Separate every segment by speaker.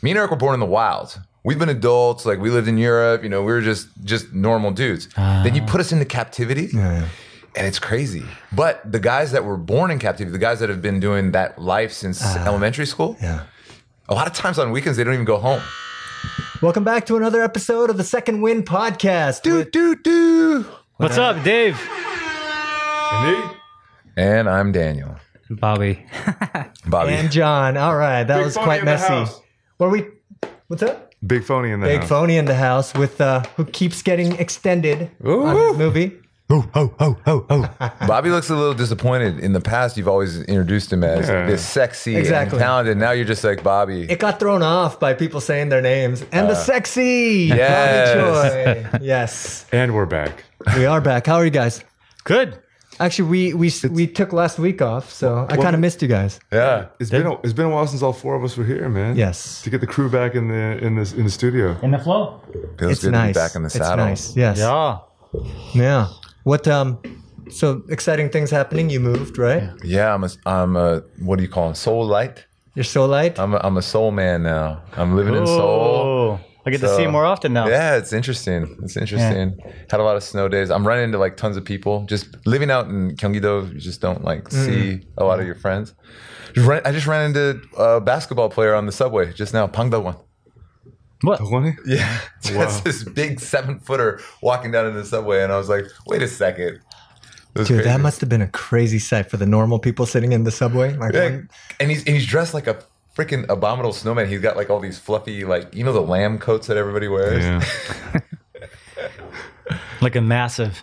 Speaker 1: Me and Eric were born in the wild. We've been adults, like we lived in Europe. You know, we were just just normal dudes. Then you put us into captivity, and it's crazy. But the guys that were born in captivity, the guys that have been doing that life since elementary school,
Speaker 2: Ah. Yeah.
Speaker 1: a lot of times on weekends they don't even go home.
Speaker 2: Welcome back to another episode of the Second Wind Podcast.
Speaker 1: Do do do.
Speaker 3: What's up, Dave?
Speaker 1: And I'm Daniel,
Speaker 3: Bobby.
Speaker 1: Bobby.
Speaker 2: and John. All right, that was
Speaker 4: phony
Speaker 2: quite
Speaker 4: in the
Speaker 2: messy.
Speaker 4: house.
Speaker 2: Were we? What's up?
Speaker 4: Big phony in the
Speaker 2: Big
Speaker 4: house.
Speaker 2: phony in the house with uh, who keeps getting extended on
Speaker 1: Ooh.
Speaker 2: his movie.
Speaker 1: Bobby looks a little disappointed. In the past, you've always introduced him as
Speaker 4: Yeah.
Speaker 1: this sexy
Speaker 2: Exactly.
Speaker 1: and talented. Now you're just like Bobby.
Speaker 2: It got thrown off by people saying their names and the sexy. Bobby
Speaker 1: Uh, yes.
Speaker 2: Joy. yes,
Speaker 4: And we're back.
Speaker 2: we are back. How are you guys?
Speaker 3: Good.
Speaker 2: Actually, we we we took last week off, so I kind of missed you guys.
Speaker 1: yeah.
Speaker 4: It's been a, it's been a while since all four of us were here, man.
Speaker 2: Yes,
Speaker 4: To get the crew back in the in this in the studio.
Speaker 3: In the flow.
Speaker 1: Feels
Speaker 2: it's
Speaker 1: good
Speaker 2: nice.
Speaker 1: to be back in the
Speaker 2: it's
Speaker 1: saddle.
Speaker 2: nice. Yes.
Speaker 3: Yeah.
Speaker 2: Yeah. What um so exciting things happening. You moved, right?
Speaker 1: Yeah, I'm a, I'm a, what do you call him? Soul light?
Speaker 2: You're so light.
Speaker 1: I'm a, I'm a soul man now. I'm living in soul.
Speaker 3: Oh, I get to see
Speaker 1: So-
Speaker 3: more often now.
Speaker 1: Yeah, it's interesting. It's interesting. Had a lot of snow days. I'm running into like tons of people. Just living out in Gyeonggi-do, you just don't like see a lot of your friends. Just ran- I just ran into a basketball player on the subway just now, Pang Da-won.
Speaker 3: What?
Speaker 4: Phony?
Speaker 1: Yeah. Just this big seven footer walking down in the subway. And I was like, wait a second. It was
Speaker 2: Dude, that
Speaker 1: crazy.
Speaker 2: must have been a crazy sight for the normal people sitting in the subway. Like,
Speaker 1: Yeah.
Speaker 2: one-
Speaker 1: And he's and he's dressed like a freaking abominable snowman. He's got like all these fluffy, like you know the lamb coats that everybody wears.
Speaker 4: Yeah.
Speaker 3: Like a massive.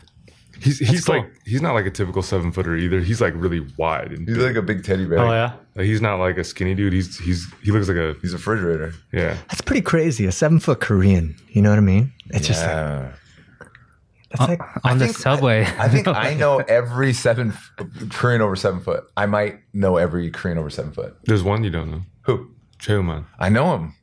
Speaker 4: He's he's
Speaker 3: cool.
Speaker 4: like he's not like a typical seven footer either. He's like really wide and
Speaker 1: He's like a big teddy bear.
Speaker 3: Oh yeah.
Speaker 4: like, he's not like a skinny dude. He's he's he looks like a
Speaker 1: He's a refrigerator.
Speaker 4: yeah.
Speaker 2: that's pretty crazy. A seven foot Korean. You know what I mean? It's just like,
Speaker 1: Yeah.
Speaker 2: it's like
Speaker 3: On the
Speaker 1: think-
Speaker 3: subway.
Speaker 1: I think I know every seven f- Korean over seven foot. I might know every Korean over seven foot.
Speaker 4: There's one you don't know.
Speaker 1: Who?
Speaker 4: Cheoman.
Speaker 1: I know him.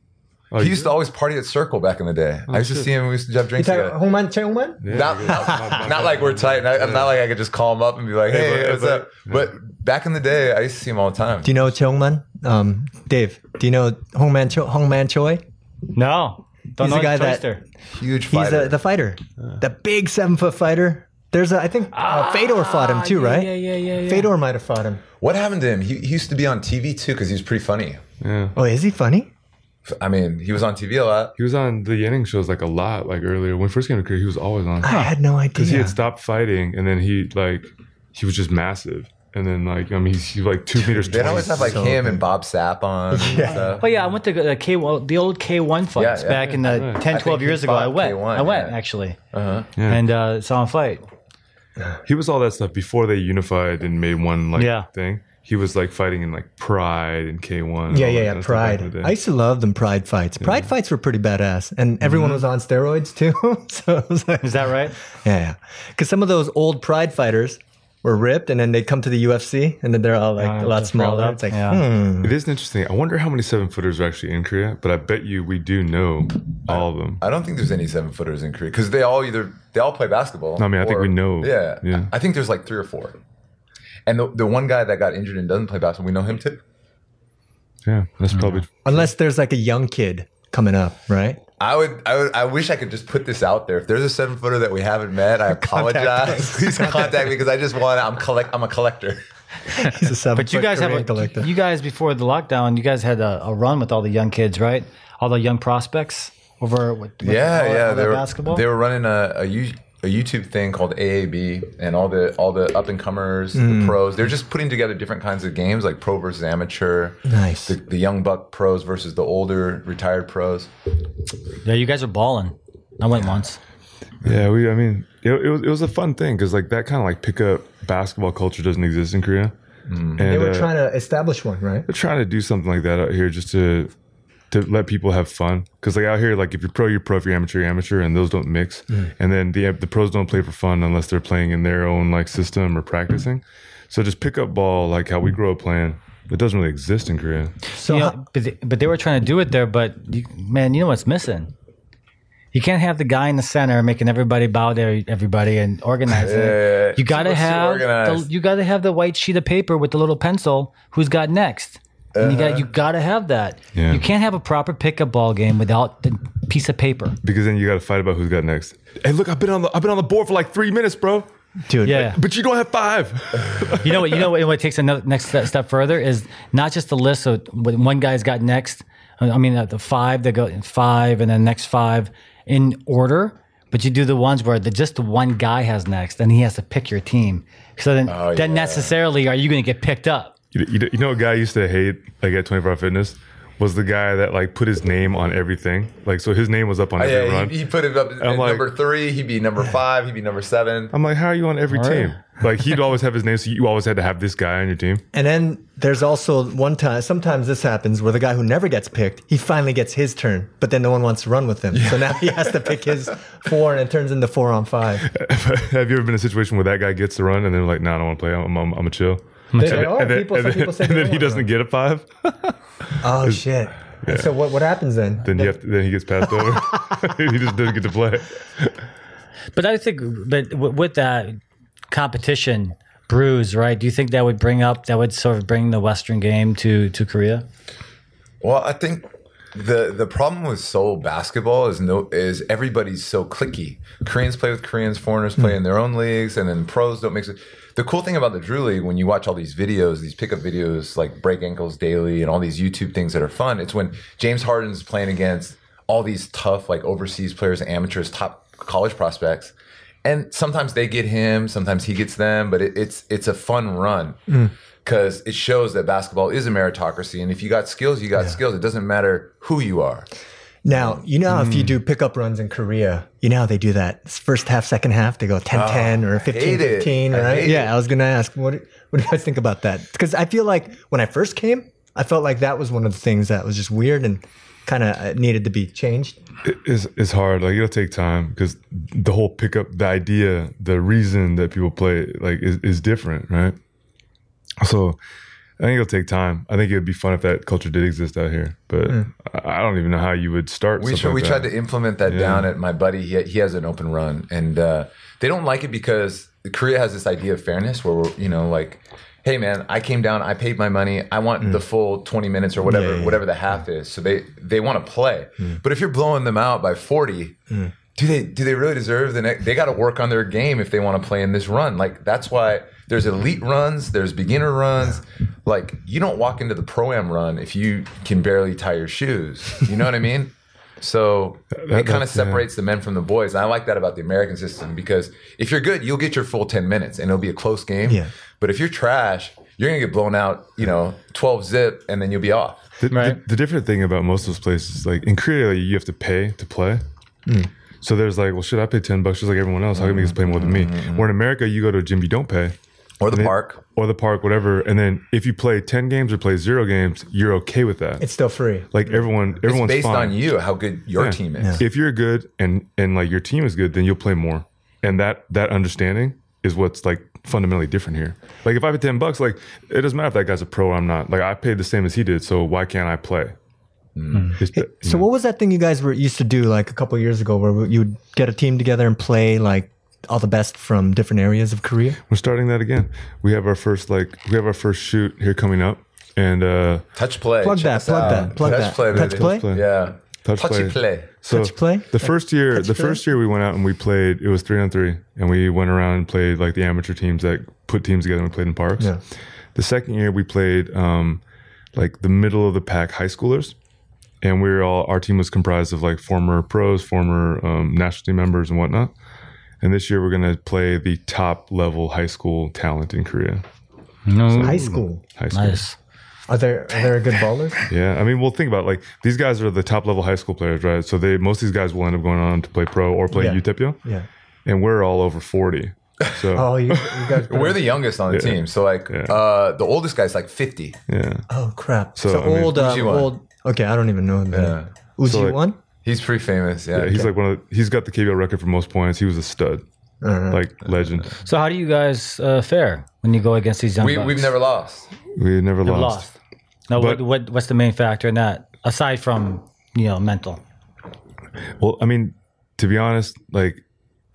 Speaker 4: Oh,
Speaker 1: He
Speaker 4: you
Speaker 1: used to always party at Circle back in the day. I used to
Speaker 4: shit.
Speaker 1: see him. We used to have
Speaker 2: Oh, you
Speaker 1: drinks
Speaker 2: talk
Speaker 1: together.
Speaker 2: Hongman Cheongman?
Speaker 4: do? Yeah,
Speaker 1: Not,
Speaker 4: you
Speaker 1: not,
Speaker 4: got- not- not-
Speaker 1: not like we're tight. Not, not like I could just call him up and be like, "Hey,
Speaker 4: Hey, bud,
Speaker 1: what's
Speaker 4: bud."
Speaker 1: up?" But back in the day, I used to see him all the time.
Speaker 2: Do you know Cheongman? Um, Dave, do you know Hongman Cho- Hongman Choi?
Speaker 3: No. Don't
Speaker 2: He's
Speaker 3: know
Speaker 2: the guy
Speaker 3: his
Speaker 2: that-
Speaker 3: toaster.
Speaker 1: Huge
Speaker 2: He's
Speaker 1: fighter.
Speaker 2: a, the fighter, the big seven foot fighter. There's a, I think uh, Fedor fought him too, right? Yeah, yeah, yeah, yeah. Fedor might have fought him.
Speaker 1: What happened to him? He, he used to be on TV too because he was pretty funny.
Speaker 4: yeah.
Speaker 2: Oh, is he funny?
Speaker 1: F- I mean, he was on TV a lot.
Speaker 4: He was on the Yenning shows like a lot, like earlier. When he first came to Korea, he was always on.
Speaker 2: I had no idea.
Speaker 4: because he had stopped fighting and then he like he was just massive and then like i mean he's, he's like two meters
Speaker 1: They'd
Speaker 4: tall
Speaker 1: always have like
Speaker 2: so
Speaker 1: him and Bob Sapp on. and stuff.
Speaker 3: Oh yeah, I went to the K the old K one fights
Speaker 1: yeah.
Speaker 3: back in the
Speaker 4: Right.
Speaker 3: 10,
Speaker 1: think
Speaker 3: 12
Speaker 1: he
Speaker 3: years ago.
Speaker 1: fought
Speaker 3: I went.
Speaker 1: K1,
Speaker 3: I went
Speaker 1: yeah.
Speaker 3: actually,
Speaker 1: Uh-huh.
Speaker 4: Yeah.
Speaker 3: and uh, saw him fight.
Speaker 4: he was all that stuff before they unified and made one like
Speaker 3: Yeah.
Speaker 4: thing he was like fighting in like pride and k1 and
Speaker 3: Oh,
Speaker 2: Yeah,
Speaker 4: all that
Speaker 2: yeah,
Speaker 4: kind
Speaker 2: yeah.
Speaker 4: of stuff back in
Speaker 2: Pride.
Speaker 4: the
Speaker 2: I
Speaker 4: day.
Speaker 2: used to love them pride fights. Pride fights were pretty badass, and
Speaker 3: Mm-hmm.
Speaker 2: everyone was on steroids too. so it was like,
Speaker 3: Is that right?
Speaker 2: yeah, yeah. Because some of those old pride fighters were ripped, and then they come to the UFC, and then they're all like a lot
Speaker 3: Ah, just rolled
Speaker 2: smaller.
Speaker 3: up.
Speaker 2: It's like,
Speaker 3: Yeah.
Speaker 2: hmm.
Speaker 4: it is interesting i wonder how many seven footers are actually in korea but i bet you we do know all of them
Speaker 1: I don't think there's any seven footers in Korea because they all either they all play basketball.
Speaker 4: No, I mean, I think we know.
Speaker 1: Yeah,
Speaker 4: Yeah.
Speaker 1: I I think there's like three or four. And the, the one guy that got injured and doesn't play basketball, we know him too.
Speaker 4: yeah that's probably
Speaker 2: Unless there's like a young kid coming up, right?
Speaker 1: I would, I would, I wish I could just put this out there. If there's a seven footer that we haven't met, I apologize. Please contact me because I just want. I'm collect. I'm a collector.
Speaker 2: He's a seven.
Speaker 3: But you guys have a,
Speaker 2: collector.
Speaker 3: you guys before the lockdown, you guys had a, a run with all the young kids, right? All the young prospects over with, with
Speaker 1: yeah,
Speaker 3: all-
Speaker 1: yeah.
Speaker 3: all
Speaker 1: They
Speaker 3: their
Speaker 1: were
Speaker 3: basketball.
Speaker 1: they were running a, a, Yo- a YouTube thing called AAB, and all the all the up and comers, the pros. They're just putting together different kinds of games, like pro versus amateur,
Speaker 2: nice.
Speaker 1: the, the young buck pros versus the older retired pros.
Speaker 3: yeah, you guys are balling. I went once.
Speaker 4: Yeah, we. I mean, it, it was it was a fun thing because like that kind of like pickup basketball culture doesn't exist in Korea. And,
Speaker 2: They were
Speaker 4: uh,
Speaker 2: trying to establish one, right?
Speaker 4: they're trying to do something like that out here just to to let people have fun because like out here like if you're pro you're pro if you're amateur you're amateur and those don't mix
Speaker 1: Mm.
Speaker 4: and then the the pros don't play for fun unless they're playing in their own like system or practicing so just pick up ball like how we grow up playing it doesn't really exist in korea
Speaker 2: So,
Speaker 3: You know,
Speaker 2: ho-
Speaker 3: but, they, but they were trying to do it there, but you, man, you know what's missing? You can't have the guy in the center making everybody bow to everybody and organizing.
Speaker 1: Yeah,
Speaker 3: it. You gotta
Speaker 1: it's too
Speaker 3: have the,
Speaker 1: organized.
Speaker 3: you gotta have the white sheet of paper with the little pencil. Who's got next? And you
Speaker 1: Uh-huh.
Speaker 3: got you got to have that.
Speaker 4: Yeah.
Speaker 3: You can't have a proper pickup ball game without the piece of paper.
Speaker 4: because then you got to fight about who's got next. Hey, look, I've been on the I've been on the board for like three minutes, bro.
Speaker 2: dude.
Speaker 3: Yeah.
Speaker 4: But you don't have five.
Speaker 3: you know what? You know what? What takes another next step, step further is not just the list of what one guy's got next. I mean, uh, the five that go five, and then next five in order. But you do the ones where the, just the one guy has next, and he has to pick your team. So then,
Speaker 1: Oh,
Speaker 3: then necessarily, are you going to get picked up?
Speaker 4: You, you, you know, what guy I used to hate like at 24 Hour Fitness was the guy that like put his name on everything. Like, so his name was up on every
Speaker 1: Oh, yeah,
Speaker 4: run.
Speaker 1: he, he put it up at
Speaker 4: I'm like-
Speaker 1: number three. He'd be number five. He'd be number seven.
Speaker 4: I'm like, how are you on every
Speaker 3: All right.
Speaker 4: team? Like, he'd always have his name, so you always had to have this guy on your team.
Speaker 2: And then there's also one time, sometimes this happens where the guy who never gets picked, he finally gets his turn, but then no one wants to run with him. So now he has to pick his four and it turns into four on five.
Speaker 4: have you ever been in a situation where that guy gets the run and then like, no, nah, I don't want to play. I'm, I'm, I'm a chill.
Speaker 2: There- there are
Speaker 4: and then,
Speaker 2: "Oh, people-
Speaker 4: and
Speaker 2: some
Speaker 4: then-
Speaker 2: people say
Speaker 4: and
Speaker 2: they
Speaker 4: then
Speaker 2: don't
Speaker 4: he
Speaker 2: wanna
Speaker 4: doesn't get a five.
Speaker 2: Oh, shit. And So what, what happens then?
Speaker 4: Then you have to, then he gets passed over. he just doesn't get to play.
Speaker 3: But I think, but w- with that competition bruise, right? Do you think that would bring up that would sort of bring the Western game to to Korea?
Speaker 1: Well, I think the the problem with Seoul basketball is no is everybody's so clicky. Koreans play with Koreans, foreigners play in their own leagues, and then pros don't mix it. The cool thing about the Drew League, when you watch all these videos, these pickup videos like Break Ankles Daily and all these YouTube things that are fun, it's when James Harden's playing against all these tough like overseas players, amateurs, top college prospects. And sometimes they get him, sometimes he gets them, but it, it's it's a fun run because it shows that basketball is a meritocracy, and if you got skills, you got skills. It doesn't matter who you are. Mm.
Speaker 2: Now, you know, how if you do pickup runs in Korea, you know, how they do that It's first half, second half, they go 10 10 or 15
Speaker 1: Oh, hate it.
Speaker 2: 15,
Speaker 1: I
Speaker 2: right?
Speaker 1: hate
Speaker 2: yeah, I was going to ask, what, do- what do you guys think about that? Because I feel like when I first came, I felt like that was one of the things that was just weird and kind of needed to be changed.
Speaker 4: It's, it's hard. Like it'll take time because the whole pickup, the idea, the reason that people play like is, is different, right? So I think it'll take time. I think it would be fun if that culture did exist out here, but
Speaker 2: Hmm.
Speaker 4: I I don't even know how you would start.
Speaker 1: We
Speaker 4: something
Speaker 1: tr- we
Speaker 4: like
Speaker 1: tried
Speaker 4: that.
Speaker 1: to implement that down at my buddy. He he has an open run, and uh, they don't like it because Korea has this idea of fairness, where we're you know like, hey man, I came down, I paid my money, I want the full twenty minutes or whatever
Speaker 2: Mm. yeah, Mm.
Speaker 1: whatever the half is. So they they want to play, but if you're blowing them out by forty. Do they do they really deserve the next? They got to work on their game if they want to play in this run. Like that's why there's elite runs, there's beginner runs. Like you don't walk into the pro am run if you can barely tie your shoes. You know what I mean? So
Speaker 4: that-
Speaker 1: it kind of
Speaker 4: that's- yeah.
Speaker 1: separates the men from the boys. And I like that about the American system because if you're good, you'll get your full 10 minutes and it'll be a close game.
Speaker 2: Yeah.
Speaker 1: But if you're trash, you're going to get blown out, you know, 12 zip and then you'll be off.
Speaker 4: The, the-
Speaker 3: Right.
Speaker 4: the different thing about most of those places, like in Korea, like, you have to pay to play.
Speaker 1: Hmm.
Speaker 4: So there's like, well, should I pay ten bucks just like everyone else? How can you just play more than me?
Speaker 1: Mm-hmm.
Speaker 4: Where in America, you go to a gym, you don't pay,
Speaker 1: Or the park.
Speaker 4: or the park, whatever. And then if you play ten games or play zero games, you're okay with that.
Speaker 2: It's still free.
Speaker 4: like everyone, everyone's
Speaker 1: Based
Speaker 4: fine.
Speaker 1: on you, how good your
Speaker 4: Yeah.
Speaker 1: team is.
Speaker 4: If you're good and and like your team is good, then you'll play more. And that that understanding is what's like fundamentally different here. Like if I pay ten bucks, like it doesn't matter if that guy's a pro or I'm not. Like I paid the same as he did, so why can't I play?
Speaker 1: Hmm.
Speaker 4: It's-
Speaker 2: So what was that thing you guys were used to do like a couple of years ago where you would get a team together and play like all the best from different areas of Korea?
Speaker 4: We're starting that again. We have our first like we have our first shoot here coming up, and uh
Speaker 1: Touch play.
Speaker 2: Plug
Speaker 1: check
Speaker 2: that,
Speaker 1: us
Speaker 2: plug
Speaker 1: out.
Speaker 2: that, plug
Speaker 1: touch
Speaker 2: that.
Speaker 1: Play,
Speaker 2: Touch
Speaker 1: baby.
Speaker 2: play?
Speaker 4: play.
Speaker 1: Yeah.
Speaker 4: Touch
Speaker 1: Touchy
Speaker 4: play.
Speaker 1: play.
Speaker 4: so
Speaker 2: Touch play?
Speaker 4: the first year the
Speaker 2: play?
Speaker 4: first year we went out and we played it was three on three, and we went around and played like the amateur teams that put teams together and we played in parks.
Speaker 2: Yeah.
Speaker 4: The second year we played um like the middle of the pack high schoolers. And we were all our team was comprised of like former pros, former um, national team members, and whatnot. And this year we're gonna play the top level high school talent in Korea.
Speaker 2: High school.
Speaker 4: High school.
Speaker 3: Nice.
Speaker 2: Are there are there good ballers?
Speaker 4: Yeah, I mean, well, think about it, like these guys are the top level high school players, right? So they most of these guys will end up going on to play pro or play
Speaker 2: Yeah.
Speaker 4: UTEPIO,
Speaker 2: Yeah.
Speaker 4: and we're all over forty. So
Speaker 2: Oh, you, you guys.
Speaker 1: We're the youngest on the team. So, like, uh, the oldest guy's like 50.
Speaker 4: yeah,
Speaker 2: oh crap. So,
Speaker 4: So, I mean-
Speaker 2: old, uh,
Speaker 1: Ujiwan.
Speaker 2: old. Okay, I don't even know him. Yeah. Uji
Speaker 4: So, like-
Speaker 2: one.
Speaker 1: He's pretty famous. Yeah.
Speaker 4: yeah, he's like one of the, he's got the KBL record for most points. He was a stud, like legend.
Speaker 3: So how do you guys uh, fare when you go against these young?
Speaker 1: we,
Speaker 3: bucks?
Speaker 1: we've never lost.
Speaker 4: We never
Speaker 3: You've
Speaker 4: lost.
Speaker 3: lost. Now,
Speaker 4: But-
Speaker 3: what, what what's the main factor in that aside from you know mental?
Speaker 4: Well, I mean, to be honest, like,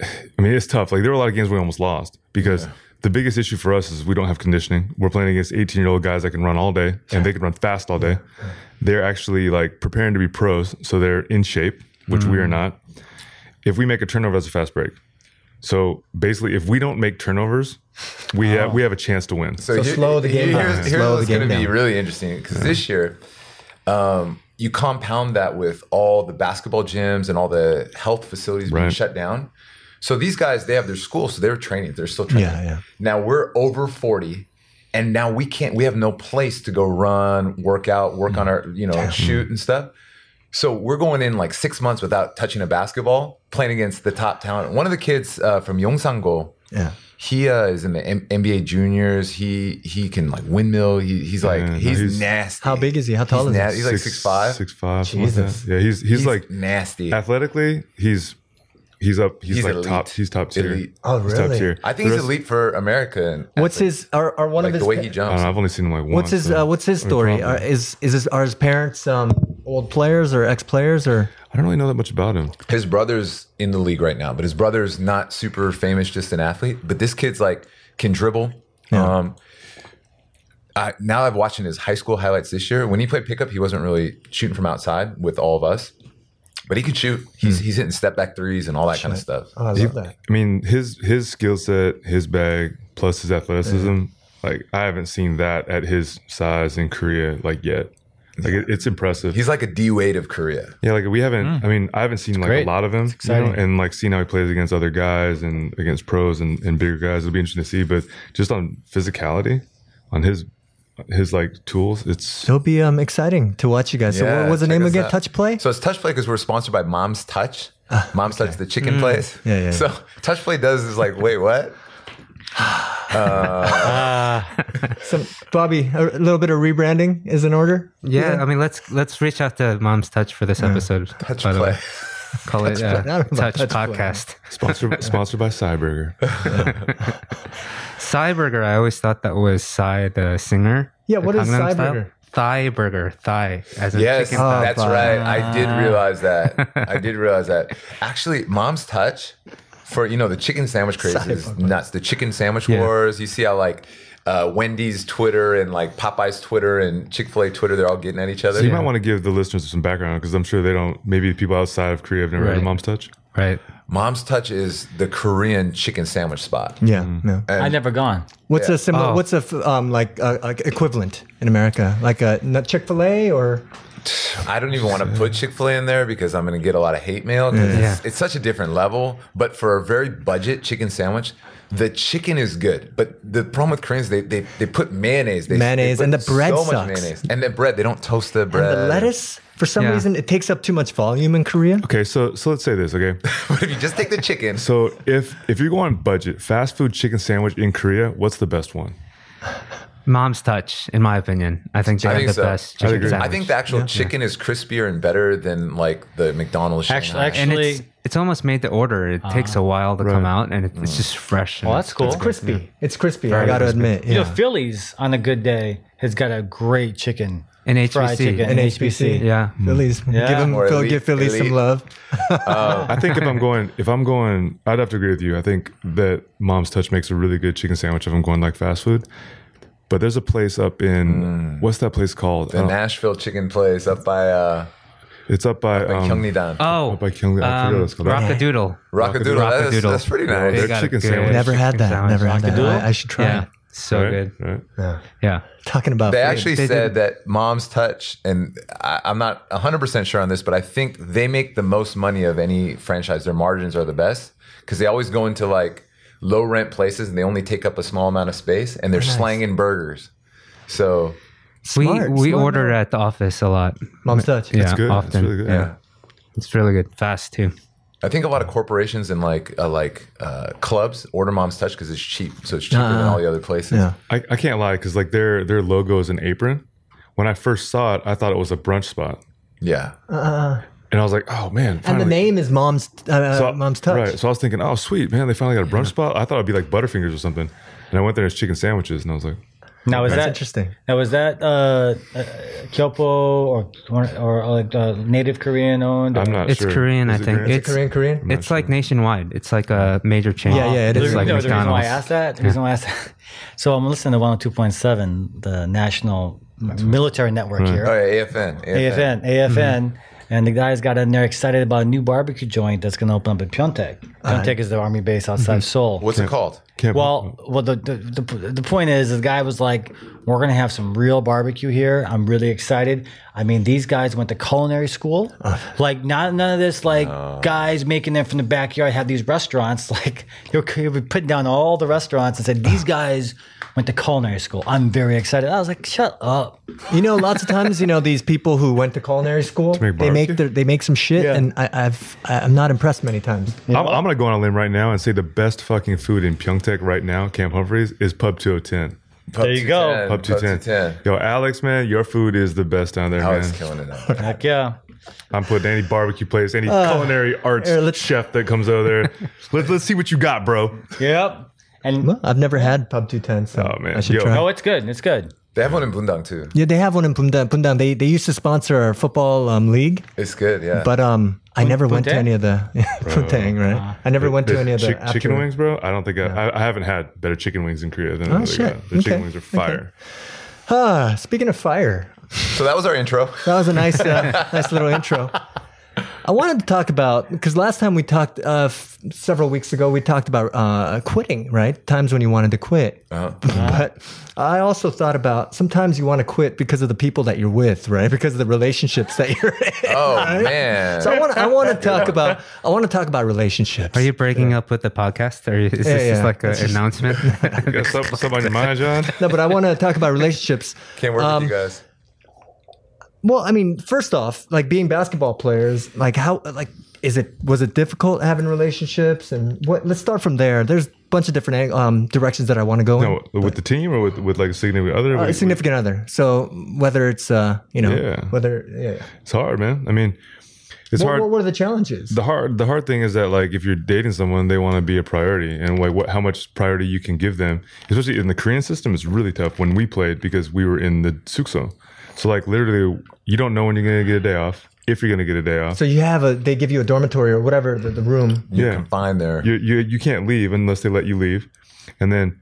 Speaker 4: I mean, it's tough. Like there were a lot of games we almost lost because the biggest issue for us is we don't have conditioning. We're playing against 18 year old guys that can run all day and they can run fast all day. They're actually like preparing to be pros, so they're in shape, which
Speaker 1: Mm.
Speaker 4: we are not. If we make a turnover, that's a fast break. So basically, if we don't make turnovers, we have we have a chance to win.
Speaker 1: Oh. So, here-
Speaker 2: slow the game down.
Speaker 1: Here's, here's
Speaker 2: Slow the
Speaker 1: what's
Speaker 2: game
Speaker 1: going to be
Speaker 2: down.
Speaker 1: really interesting because this year, um, you compound that with all the basketball gyms and all the health facilities being
Speaker 4: Right.
Speaker 1: shut down. So these guys, they have their school, so they're training. They're still training.
Speaker 2: Yeah, yeah.
Speaker 1: Now we're over forty, and now we can't. We have no place to go run, work out, work
Speaker 2: Mm.
Speaker 1: on our, you know, shoot and stuff. So we're going in like six months without touching a basketball, playing against the top talent. One of the kids uh, from Yongsango,
Speaker 2: Yeah.
Speaker 1: he uh, is in the M- NBA juniors. He he can like windmill. He, he's like
Speaker 4: Yeah,
Speaker 1: he's,
Speaker 4: he's-
Speaker 1: nasty.
Speaker 2: How big is he? How tall
Speaker 1: he's
Speaker 2: is he?
Speaker 1: nasty. He's like six five.
Speaker 4: six five.
Speaker 2: Jesus.
Speaker 4: Yeah, he's he's,
Speaker 1: he's
Speaker 4: like
Speaker 1: like nasty.
Speaker 4: athletically, he's he's up. He's,
Speaker 1: He's
Speaker 4: like
Speaker 1: elite.
Speaker 4: top. He's top tier.
Speaker 1: Elite.
Speaker 2: Oh,
Speaker 4: He's top
Speaker 2: really?
Speaker 4: tier.
Speaker 1: I think
Speaker 4: The
Speaker 1: he's
Speaker 4: rest-
Speaker 1: elite for America. and
Speaker 2: What's
Speaker 1: athletes.
Speaker 2: his? Are, are one
Speaker 1: like
Speaker 2: of his?
Speaker 1: the way
Speaker 2: pa-
Speaker 1: he
Speaker 4: I don't
Speaker 1: jumps?
Speaker 4: know, uh, I've only seen him like once.
Speaker 2: what's his?
Speaker 4: so-
Speaker 2: Uh, what's his
Speaker 4: I mean,
Speaker 2: story? Are,
Speaker 4: probably.
Speaker 2: is is his? Are his parents um, old players or ex players or?
Speaker 4: I don't really know that much about him.
Speaker 1: His brother's in the league right now, but his brother's not super famous, just an athlete. But this kid's like can dribble. Um, I, now I've watching his high school highlights this year. When he played pickup, he wasn't really shooting from outside with all of us, but he could shoot. He's
Speaker 4: Hmm.
Speaker 1: he's hitting step back threes and all that kind of stuff.
Speaker 2: Oh, I love that.
Speaker 4: I mean, his his skill set, his bag, plus his athleticism. Like I haven't seen that at his size in Korea like yet. Like it, it's impressive.
Speaker 1: He's like a D Wade of Korea.
Speaker 4: yeah, like we haven't.
Speaker 2: Hmm.
Speaker 4: I mean, I haven't seen like
Speaker 3: great.
Speaker 4: a lot of him. You know,
Speaker 3: exciting.
Speaker 4: and like seeing how he plays against other guys and against pros and, and bigger guys, it'll be interesting to see. But just on physicality, on his his like tools, it's
Speaker 2: It'll be um, exciting to watch you guys. So
Speaker 1: Yeah,
Speaker 2: what was the
Speaker 1: check
Speaker 2: name
Speaker 1: us
Speaker 2: again?
Speaker 1: out.
Speaker 2: Touch play.
Speaker 1: So it's Touch Play because we're sponsored by Mom's Touch.
Speaker 5: Ah,
Speaker 1: Mom's Touch, the
Speaker 5: Mm.
Speaker 1: chicken place.
Speaker 2: Yeah, yeah,
Speaker 1: So Touch Play does is like, wait, what?
Speaker 2: Some, Bobby, a little bit of rebranding is in order.
Speaker 5: Yeah, I mean, let's let's reach out to Mom's Touch for this episode.
Speaker 1: Touch
Speaker 5: by the
Speaker 1: Play.
Speaker 5: way. call it
Speaker 2: Play. I
Speaker 5: uh,
Speaker 2: don't know about
Speaker 5: Touch,
Speaker 2: Touch Play.
Speaker 5: Podcast.
Speaker 4: sponsored sponsored by Cyberger.
Speaker 5: Psy Burger, I always thought that was Psy the singer.
Speaker 2: Yeah,
Speaker 5: the
Speaker 2: what is
Speaker 5: Gangnam
Speaker 2: Psy
Speaker 5: Style.
Speaker 2: Burger?
Speaker 5: Thigh burger, thigh as in
Speaker 1: Yes,
Speaker 5: chicken. Oh, thigh.
Speaker 1: that's right. I did realize that. I did realize that. Actually, Mom's Touch for you know the chicken sandwich craze is nuts. The chicken sandwich wars. You see how like uh, Wendy's Twitter and like Popeye's Twitter and Chick Fil A Twitter, they're all getting at each other.
Speaker 4: So you might want to give the listeners some background because I'm sure they don't. Maybe people outside of Korea have never heard of
Speaker 5: Right.
Speaker 4: Mom's Touch.
Speaker 5: Right.
Speaker 1: Mom's Touch is the Korean chicken sandwich spot.
Speaker 2: Yeah. No.
Speaker 3: I never gone.
Speaker 2: What's a similar?
Speaker 5: Oh.
Speaker 2: What's a f- um, like uh, like equivalent in America? Like a Chick Fil A or
Speaker 1: I don't even want to put Chick Fil A in there because I'm going to get a lot of hate mail. 'cause It's,
Speaker 5: Yeah.
Speaker 1: it's such a different level. But for a very budget chicken sandwich, the chicken is good. But the problem with Koreans, they they, they put mayonnaise. They,
Speaker 2: Mayonnaise,
Speaker 1: they put
Speaker 2: and the bread
Speaker 1: So much
Speaker 2: sucks.
Speaker 1: mayonnaise and the bread. They don't toast the bread.
Speaker 2: and the lettuce? For some
Speaker 5: Yeah.
Speaker 2: reason, it takes up too much volume in Korea.
Speaker 4: Okay, so so let's say this. Okay,
Speaker 1: But if you just take the chicken,
Speaker 4: so if if you go on budget, fast food chicken sandwich in Korea, what's the best one?
Speaker 5: Mom's Touch, in my opinion. I think they
Speaker 1: I
Speaker 5: have
Speaker 1: think
Speaker 5: the
Speaker 1: so.
Speaker 5: best chicken
Speaker 4: I agree.
Speaker 1: I
Speaker 5: sandwich.
Speaker 1: think the actual chicken is crispier and better than like the McDonald's.
Speaker 3: Actually-
Speaker 1: Shanghai.
Speaker 3: actually-
Speaker 5: and it's, it's almost made to order. It takes a while to come out, and it, it's just fresh.
Speaker 3: Well, that's cool.
Speaker 2: It's crispy.
Speaker 4: Mm.
Speaker 2: It's crispy. I got to
Speaker 5: crispy.
Speaker 2: admit.
Speaker 3: You know,
Speaker 2: yeah.
Speaker 3: Philly's on a good day has got a great chicken.
Speaker 5: In
Speaker 3: Fried chicken.
Speaker 5: HBC.
Speaker 2: And HBC.
Speaker 5: Yeah.
Speaker 4: Mm.
Speaker 2: Phillies.
Speaker 3: Yeah.
Speaker 2: Give him
Speaker 1: Or
Speaker 2: Phil,
Speaker 1: elite-
Speaker 2: give Phillies some
Speaker 1: elite.
Speaker 2: love.
Speaker 5: Oh.
Speaker 4: I think if I'm going, if I'm going, I'd have to agree with you. I think that Mom's Touch makes a really good chicken sandwich if I'm going like fast food. But there's a place up in
Speaker 5: Mm.
Speaker 4: what's that place called? I
Speaker 1: the
Speaker 4: don't-
Speaker 1: Nashville chicken place up by uh,
Speaker 4: It's up by um,
Speaker 1: Gyeongnidan.
Speaker 5: Oh,
Speaker 4: by Kyung- I forget what it's called.
Speaker 5: Rock the Doodle.
Speaker 1: Rockadoodle. That's,
Speaker 5: Rockadoodle.
Speaker 1: that's pretty nice.
Speaker 4: Their
Speaker 5: got
Speaker 4: chicken
Speaker 5: good-
Speaker 4: sandwich.
Speaker 2: Never had
Speaker 5: chicken
Speaker 2: that.
Speaker 5: sandwich.
Speaker 2: Never had that.
Speaker 3: Rock-a-doodle?
Speaker 2: I, I should try
Speaker 5: Yeah.
Speaker 2: it.
Speaker 5: So
Speaker 4: right?
Speaker 5: good.
Speaker 4: Right?
Speaker 5: Yeah.
Speaker 2: Talking about
Speaker 1: They
Speaker 2: food.
Speaker 1: actually
Speaker 5: they
Speaker 1: said
Speaker 5: did.
Speaker 1: that Mom's Touch, and I, I'm not 100% sure on this, but I think they make the most money of any franchise. Their margins are the best because they always go into like low rent places and they only take up a small amount of space and they're slanging burgers. So,
Speaker 2: Smart,
Speaker 5: we we
Speaker 2: smart
Speaker 5: order
Speaker 2: move.
Speaker 5: at the office a lot.
Speaker 2: Mom's touch.
Speaker 5: Yeah,
Speaker 4: It's good.
Speaker 5: often.
Speaker 4: It's really good.
Speaker 1: yeah.
Speaker 5: It's really good. Fast too.
Speaker 1: I think a lot of corporations and like uh, like uh, clubs order Mom's Touch because it's cheap. So it's cheaper than all the other places.
Speaker 2: Yeah.
Speaker 4: I, I can't lie because like their their logo is an apron. When I first saw it, I thought it was a brunch spot,
Speaker 1: Yeah.
Speaker 4: and I was like, "Oh man!"
Speaker 2: And the
Speaker 4: finally.
Speaker 2: name is Mom's uh,
Speaker 4: So I-
Speaker 2: Mom's touch.
Speaker 4: Right. So I was thinking, "Oh sweet man, they finally got a brunch spot." I thought it'd be like Butterfingers or something, and I went there and it's chicken sandwiches, and I was like,
Speaker 3: Now is
Speaker 2: That's
Speaker 3: that
Speaker 2: interesting.
Speaker 3: Now is that uh, uh, Kyopo or or, or like uh, native Korean owned?
Speaker 4: I'm not
Speaker 5: It's
Speaker 4: sure.
Speaker 5: Korean,
Speaker 4: Is
Speaker 5: I
Speaker 4: it
Speaker 5: think.
Speaker 4: Korean?
Speaker 5: It's
Speaker 2: Korean, Korean.
Speaker 5: It's like nationwide. It's like a major chain.
Speaker 2: Yeah, yeah, it
Speaker 3: The
Speaker 2: is
Speaker 5: It's
Speaker 3: reason-
Speaker 5: like
Speaker 3: no, the reason why I
Speaker 5: McDonald's.
Speaker 3: asked that, the reason why I asked that. So I'm listening to 102.7, the national military network here.
Speaker 1: Oh, yeah, AFN.
Speaker 3: AFN, AFN, and the guy's got in there excited about a new barbecue joint that's going to open up in Pyeongtaek. Pyeongtaek is the army base outside of Seoul.
Speaker 1: What's it called?
Speaker 4: Can't-
Speaker 3: well, well, the, the the the point is, the guy was like, "We're gonna have some real barbecue here. I'm really excited. I mean, these guys went to culinary school. Like, not none of this like guys making them from the backyard. Have these restaurants like they were, they were putting down all the restaurants and said these guys went to culinary school. I'm very excited. I was like, shut up.
Speaker 2: You know, lots of times, you know, these people who went to culinary school,
Speaker 4: make
Speaker 2: they make
Speaker 4: barbecue?
Speaker 2: their, they make some shit, and I, I've I- I'm not impressed many times.
Speaker 4: I'm, I'm gonna go on a limb right now and say the best fucking food in Pyeongtaek right now, Camp Humphreys, is Pub 2010.
Speaker 1: Pub
Speaker 3: There you go.
Speaker 1: 210,
Speaker 4: Pub 210. Yo, Alex, man, your food is the best down there,
Speaker 1: Alex
Speaker 4: man.
Speaker 1: killing it. out there.
Speaker 3: Heck yeah.
Speaker 4: I'm putting any barbecue place, any culinary arts
Speaker 2: Uh, here, let's-
Speaker 4: chef that comes over there. let's let's see what you got, bro.
Speaker 3: Yep. And
Speaker 2: Well, I've never had Pub 210, so
Speaker 4: Oh, man.
Speaker 2: I should
Speaker 4: Yo.
Speaker 2: try.
Speaker 3: no, it's good. It's good.
Speaker 1: They have one in Bundang too.
Speaker 2: Yeah, they have one in Pundan. Pundan. They they used to sponsor our football um, league,
Speaker 1: It's good, yeah.
Speaker 2: but um, I never went to
Speaker 3: Puntang?
Speaker 2: any of the Puntang, right? I never went to
Speaker 4: The
Speaker 2: any of the
Speaker 4: chick- chicken
Speaker 2: after-
Speaker 4: wings, bro. I don't think I, I, I haven't had better chicken wings in Korea than another
Speaker 2: Oh, shit.
Speaker 4: guy. The chicken
Speaker 2: Okay.
Speaker 4: wings are fire.
Speaker 2: Ah, speaking of fire,
Speaker 1: so that was our intro.
Speaker 2: that was a nice uh, nice little intro. I wanted to talk about because last time we talked uh, f- several weeks ago, we talked about uh, quitting, right? Times when you wanted to quit.
Speaker 4: Uh-huh.
Speaker 2: but I also thought about sometimes you want to quit because of the people that you're with, right? Because of the relationships that you're in.
Speaker 1: Oh man.
Speaker 2: So I want I want to talk about I want to talk about relationships.
Speaker 5: Are you breaking up with the podcast? Or is this
Speaker 2: Yeah, yeah.
Speaker 5: just like an
Speaker 2: It's just-
Speaker 5: announcement?
Speaker 4: You got something, something on your mind, John?
Speaker 2: no, but I want to talk about relationships.
Speaker 1: Can't work
Speaker 2: Um,
Speaker 1: with you guys.
Speaker 2: Well, I mean, first off, like being basketball players, like how, like, is it was it difficult having relationships and what? Let's start from there. There's a bunch of different um, directions that I want to go
Speaker 4: No, with the team or with, with like a significant other?
Speaker 2: in.
Speaker 4: What-
Speaker 2: A significant other. So whether it's uh, you know,
Speaker 4: Yeah.
Speaker 2: whether yeah,
Speaker 4: It's hard, man. I mean, it's
Speaker 2: what,
Speaker 4: hard.
Speaker 2: what were the challenges?
Speaker 4: the hard the hard thing is that like if you're dating someone they want to be a priority and like what how much priority you can give them especially in the korean system it's really tough when we played because we were in the sukso so like literally you don't know when you're gonna get a day off if you're gonna get a day off
Speaker 2: so you have a they give you a dormitory or whatever the, the room.
Speaker 1: You
Speaker 4: yeah.
Speaker 1: can find there.
Speaker 4: you, you you can't leave unless they let you leave and then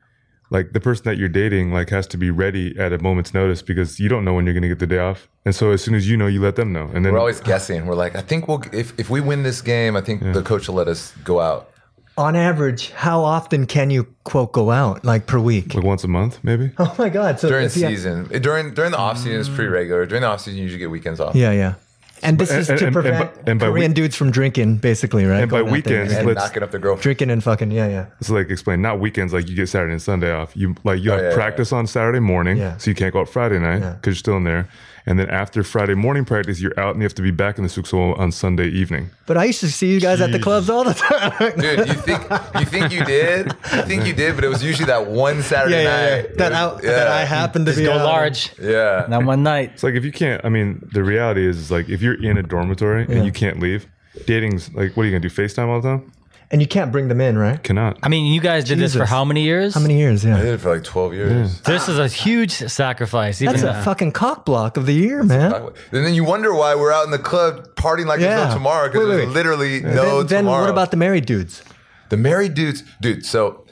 Speaker 4: like the person that you're dating like has to be ready at a moment's notice because you don't know when you're gonna get the day off and so as soon as you know you let them know and then
Speaker 1: We're always guessing. We're like, I think we'll if, if we win this game, I think the coach will let us go out.
Speaker 2: On average, how often can you quote go out like per week?
Speaker 4: like once a month maybe
Speaker 2: Oh my god! So
Speaker 1: During
Speaker 2: if you-
Speaker 1: season. During during the off season it's pretty regular. During the off season you usually get weekends off.
Speaker 2: Yeah, yeah. And this is
Speaker 4: and-
Speaker 2: to
Speaker 4: and- and
Speaker 2: prevent
Speaker 4: by- and by
Speaker 2: Korean
Speaker 4: week-
Speaker 2: dudes from drinking, basically, right?
Speaker 4: And by
Speaker 2: Going out there
Speaker 4: weekends,
Speaker 1: And
Speaker 4: Let's-
Speaker 1: knocking up the girlfriend.
Speaker 2: drinking and fucking. Yeah, yeah.
Speaker 4: So like explain not weekends like you get Saturday and Sunday off. You like you have
Speaker 1: Oh, yeah,
Speaker 4: practice on Saturday morning,
Speaker 2: Yeah.
Speaker 4: so you can't go out Friday night because you're still in there. And then after Friday morning practice, you're out and you have to be back in the Sukso on Sunday evening.
Speaker 2: But I used to see you guys at the clubs all the time.
Speaker 1: Dude, you think you think you did? You think you did, but it was usually that one Saturday night.
Speaker 2: That I, that I happened to
Speaker 3: Just
Speaker 2: be
Speaker 3: go
Speaker 2: out.
Speaker 3: large.
Speaker 1: Yeah.
Speaker 3: Not one night.
Speaker 4: It's like if you can't, I mean, the reality is, is like if you're in a dormitory and you can't leave, dating's like what are you gonna do? Facetime all the time?
Speaker 2: and you can't bring them in, right?
Speaker 4: Cannot.
Speaker 3: I mean, you guys did this for
Speaker 2: Jesus.
Speaker 3: how many years?
Speaker 2: How many years?
Speaker 1: I
Speaker 2: Yeah,
Speaker 1: did it for like twelve years.
Speaker 3: This is a huge sacrifice. Even
Speaker 2: that's a
Speaker 3: uh,
Speaker 2: fucking cock block of the year, man.
Speaker 1: And then you wonder why we're out in the club partying like there's
Speaker 2: Yeah.
Speaker 1: no tomorrow
Speaker 2: Wait,
Speaker 1: because
Speaker 2: wait,
Speaker 1: there's
Speaker 2: wait.
Speaker 1: literally no
Speaker 2: then, then
Speaker 1: tomorrow.
Speaker 2: what about the married dudes?
Speaker 1: the married dudes, dude? So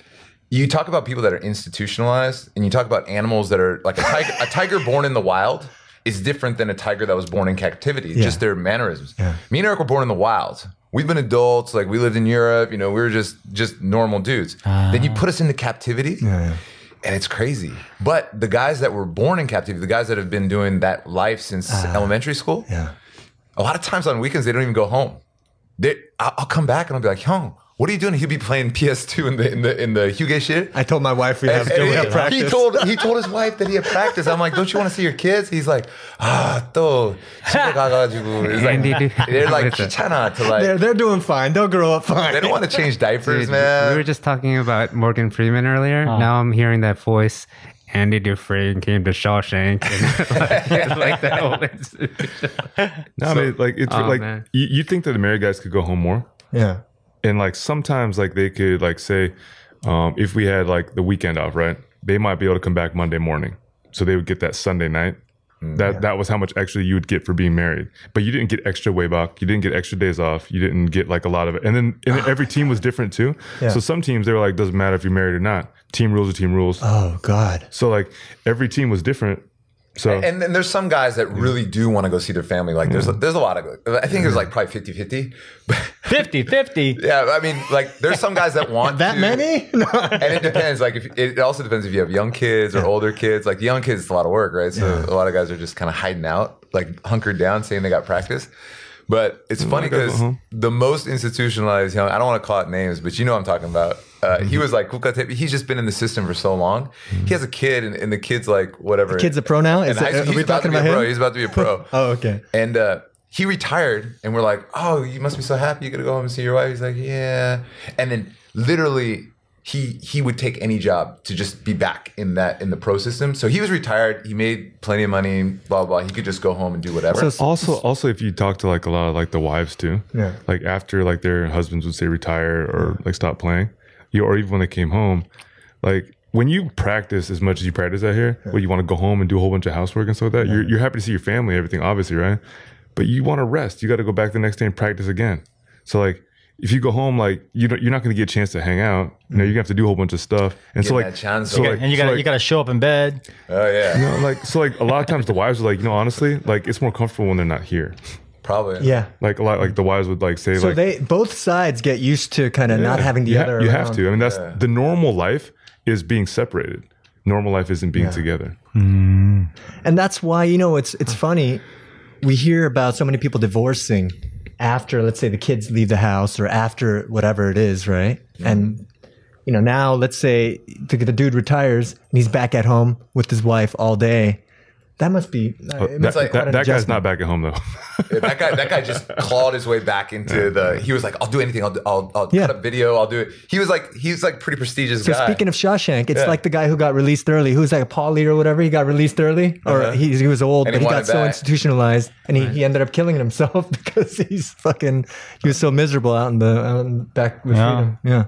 Speaker 1: you talk about people that are institutionalized, and you talk about animals that are like a tiger. a tiger born in the wild is different than a tiger that was born in captivity. Just their mannerisms. Me and Eric were born in the wild. We've been adults, like we lived in Europe. You know, we were just just normal dudes. Then you put us into captivity. And it's crazy. But the guys that were born in captivity, the guys that have been doing that life since elementary school,
Speaker 2: Yeah.
Speaker 1: a lot of times on weekends they don't even go home. They, I- I'll come back and I'll be like, "Hyung, what are you doing?" He'll be playing PS2 in the in the in the Huge shit.
Speaker 2: I told my wife we have
Speaker 1: And-
Speaker 2: to
Speaker 1: and
Speaker 2: we have
Speaker 1: he-
Speaker 2: practice.
Speaker 1: he told he told his wife that he had practice. I'm like, "Don't you want to see your kids?" He's like, "Ah, 또 집에 가가지고." It's
Speaker 5: Andy, dude.
Speaker 1: like, they're like
Speaker 5: With it.
Speaker 1: 귀찮아 to like.
Speaker 2: they're they're doing fine. They'll grow up fine.
Speaker 1: they don't want to change diapers,
Speaker 5: Dude,
Speaker 1: man.
Speaker 5: We were just talking about Morgan Freeman earlier. Now I'm hearing that voice. Andy Dufresne came to Shawshank. And like, like that whole-
Speaker 4: no, I mean, like it's
Speaker 5: Aw,
Speaker 4: like
Speaker 5: man.
Speaker 4: you, you think that the married guys could go home more,
Speaker 2: yeah.
Speaker 4: and like sometimes like they could like say, um, if we had like the weekend off, right? they might be able to come back Monday morning. So they would get that Sunday night. That that was how much extra you would get for being married. But you didn't get extra way back. You didn't get extra days off. You didn't get like a lot of it. And then and then every team was different too. So some teams they were like, doesn't matter if you're married or not. Team rules are team rules.
Speaker 2: Oh God.
Speaker 4: so like every team was different. So
Speaker 1: And then there's some guys that really do want to go see their family. Like there's
Speaker 5: Mm.
Speaker 1: there's a lot of I think there's like probably 50 50.
Speaker 3: 50 50.
Speaker 1: yeah, I mean like there's some guys that want
Speaker 2: That
Speaker 1: to-
Speaker 2: many?
Speaker 1: and it depends. Like if it also depends if you have young kids or older kids. Like young kids, it's a lot of work, right? So a lot of guys are just kind of hiding out, like hunkered down, saying they got practice. But it's
Speaker 2: Mm-hmm.
Speaker 1: funny
Speaker 2: uh-huh.
Speaker 4: goes
Speaker 1: because
Speaker 4: home.
Speaker 1: the most institutionalized young, I don't want to call it names, but you know what I'm talking about. Uh,
Speaker 2: Mm-hmm.
Speaker 1: He was like, Kukatepe, he's just been in the system for so long. He has a kid, and, and the kid's like, whatever.
Speaker 2: Kid's a pro now?
Speaker 1: In
Speaker 2: Is
Speaker 1: high
Speaker 2: it-
Speaker 1: school,
Speaker 2: are
Speaker 1: he's
Speaker 2: we
Speaker 1: about to
Speaker 2: talking
Speaker 1: be a
Speaker 2: about
Speaker 1: pro.
Speaker 2: him?
Speaker 1: He's about to be a pro.
Speaker 2: Oh, okay.
Speaker 1: And uh, he retired, and we're like, "Oh, you must be so happy you got to go home and see your wife." He's like, "Yeah," and then literally, he he would take any job to just be back in that in the pro system. So he was retired. He made plenty of money. Blah blah. He could just go home and do whatever.
Speaker 2: So-
Speaker 4: also also if you talk to like a lot of like the wives too
Speaker 2: Yeah.
Speaker 4: like after like their husbands would say retire or like stop playing you or even when they came home like when you practice as much as you practice out here well you want to go home and do a whole bunch of housework and stuff like that you're, you're happy to see your family everything obviously right but you want to rest you got to go back the next day and practice again so like if you go home like you don't, you're not going to get a chance to hang out you know you're gonna have to do a whole bunch of stuff and so
Speaker 1: Getting
Speaker 4: like
Speaker 1: that chance
Speaker 4: so
Speaker 1: away.
Speaker 4: like
Speaker 3: And you got
Speaker 4: so,
Speaker 3: to
Speaker 4: like,
Speaker 3: you got to show up in bed.
Speaker 1: oh yeah,
Speaker 4: you know, like so like a lot of times the wives are like you know honestly like it's more comfortable when they're not here
Speaker 1: probably.
Speaker 2: Yeah.
Speaker 4: like a lot like the wives would like say
Speaker 2: So
Speaker 4: like
Speaker 2: they both sides get used to kind of not
Speaker 4: yeah,
Speaker 2: having the
Speaker 4: you ha-
Speaker 2: other.
Speaker 4: you
Speaker 2: around.
Speaker 4: have to i mean that's the normal life is being separated normal life isn't being together
Speaker 2: and that's why you know it's it's funny we hear about so many people divorcing after let's say the kids leave the house or after whatever it is right and you know now let's say the, the dude retires and he's back at home with his wife all day that must be uh, it
Speaker 4: Oh, that,
Speaker 2: must be
Speaker 1: like
Speaker 4: that-
Speaker 2: quite an
Speaker 4: that guy's
Speaker 2: adjustment.
Speaker 4: not back at home though
Speaker 1: Yeah, that guy that guy just clawed his way back into the. He was like, "I'll do anything. I'll do- I'll, I'll
Speaker 2: Yeah.
Speaker 1: cut up video. I'll do it." He was like, he's like pretty prestigious
Speaker 2: so
Speaker 1: guy.
Speaker 2: speaking of Shawshank, it's
Speaker 1: Yeah.
Speaker 2: like the guy who got released early, who's like a poly or whatever. He got released early, or
Speaker 1: Uh-huh.
Speaker 2: he, he was old,
Speaker 1: And
Speaker 2: but
Speaker 1: he
Speaker 2: he,
Speaker 1: wanted
Speaker 2: got so
Speaker 1: back.
Speaker 2: institutionalized, and he, he ended up killing himself because he's fucking. He was so miserable out in the out in back with
Speaker 3: Yeah.
Speaker 2: freedom. Yeah.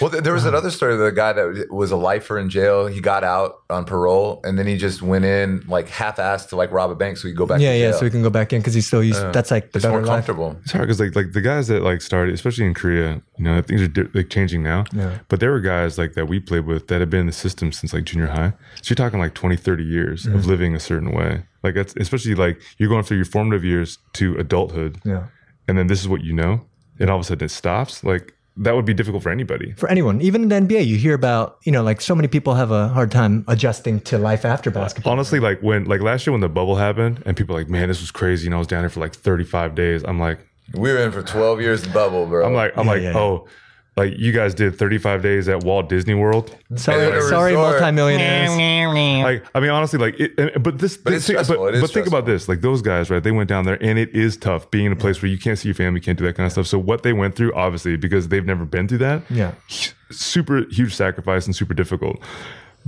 Speaker 1: Well, th-
Speaker 2: Uh-huh.
Speaker 1: there was another story of the guy that was a lifer in jail. He got out on parole, and then he just went in like half-assed to like rob a bank so he could go back.
Speaker 2: Yeah,
Speaker 1: to
Speaker 2: yeah.
Speaker 1: jail.
Speaker 2: So we can go back in because he's still used. that's like the
Speaker 1: it's Uh, more
Speaker 2: better life.
Speaker 1: comfortable.
Speaker 4: it's hard because like like the guys that like started especially in korea you know things are di- like changing now
Speaker 2: Yeah.
Speaker 4: but there were guys like that we played with that had been in the system since like junior high so you're talking like 20 30 years
Speaker 2: Mm.
Speaker 4: of living a certain way like that's especially like you're going through your formative years to adulthood
Speaker 2: Yeah.
Speaker 4: and then this is what you know and all of a sudden it stops like that would be difficult for anybody
Speaker 2: For anyone, even in the NBA, you hear about you know like so many people have a hard time adjusting to life after basketball.
Speaker 4: Honestly, like when like last year when the bubble happened and people were like, man, this was crazy, and I was down here for like 35 days. I'm like,
Speaker 1: We were in for 12 years bubble, bro.
Speaker 4: I'm like, I'm like,
Speaker 2: yeah, yeah.
Speaker 4: oh, like you guys did 35 days at Walt Disney World.
Speaker 1: And
Speaker 2: Sorry,
Speaker 1: a
Speaker 2: sorry,
Speaker 1: resort.
Speaker 2: multimillionaires.
Speaker 4: Like, I mean, honestly, like, it, and- but this,
Speaker 1: it's
Speaker 4: this thing-
Speaker 1: stressful. It is
Speaker 4: but think about this, like those guys, right? They went down there, and it is tough being in a place where you can't see your family, can't do that kind of stuff. So what they went through, obviously, because they've never been through that,
Speaker 2: Yeah.
Speaker 4: super huge sacrifice and super difficult.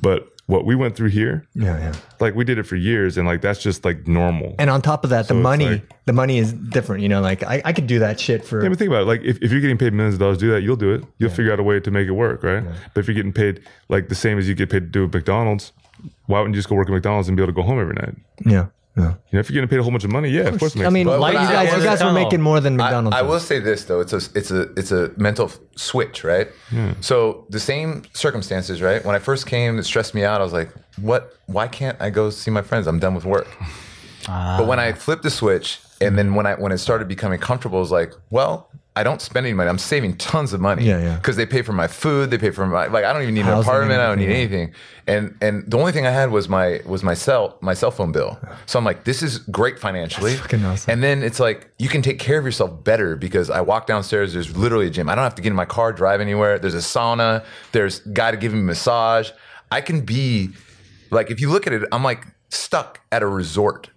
Speaker 4: But what we went through here,
Speaker 2: Yeah, yeah.
Speaker 4: like we did it for years, and like that's just like normal.
Speaker 2: And on top of that, the
Speaker 4: it's
Speaker 2: money,
Speaker 4: like-
Speaker 2: the money is different. You know, like I, I could do that shit for
Speaker 4: Yeah, but think about it. Like, if, if you're getting paid millions of dollars to do that, you'll do it. You'll figure out a way to make it work, right? But if you're getting paid like the same as you get paid to do at McDonald's, why wouldn't you just go work at McDonald's and be able to go home every night?
Speaker 2: yeah. yeah.
Speaker 4: You know, if you're getting paid a whole bunch of money, yeah, of course. it makes
Speaker 2: I mean,
Speaker 4: sense.
Speaker 1: But-
Speaker 2: like
Speaker 1: but
Speaker 2: you
Speaker 1: I-
Speaker 2: guys, you guys were
Speaker 3: McDonald's.
Speaker 2: making more than
Speaker 1: I,
Speaker 2: McDonald's.
Speaker 1: I
Speaker 2: was.
Speaker 1: will say this though, it's a it's a it's a mental f- switch, right? So the same circumstances, right? When I first came, it stressed me out. I was like, what? Why can't I go see my friends? I'm done with work. But when I flipped the switch, and then when I when it started becoming comfortable, it was like, well. I don't spend any money. I'm saving tons of money.
Speaker 2: Yeah, yeah.
Speaker 1: Because they pay for my food. They pay for my like. I don't even need an
Speaker 2: Housing,
Speaker 1: apartment. I don't need
Speaker 3: Mm-hmm.
Speaker 1: anything. And and the only thing I had was my was my cell my cell phone bill. So I'm like, this is great financially.
Speaker 2: fucking awesome.
Speaker 1: And then it's like you can take care of yourself better because I walk downstairs. There's literally a gym. I don't have to get in my car, drive anywhere. There's a sauna. There's guy to give me massage. I can be like, if you look at it, I'm like stuck at a resort.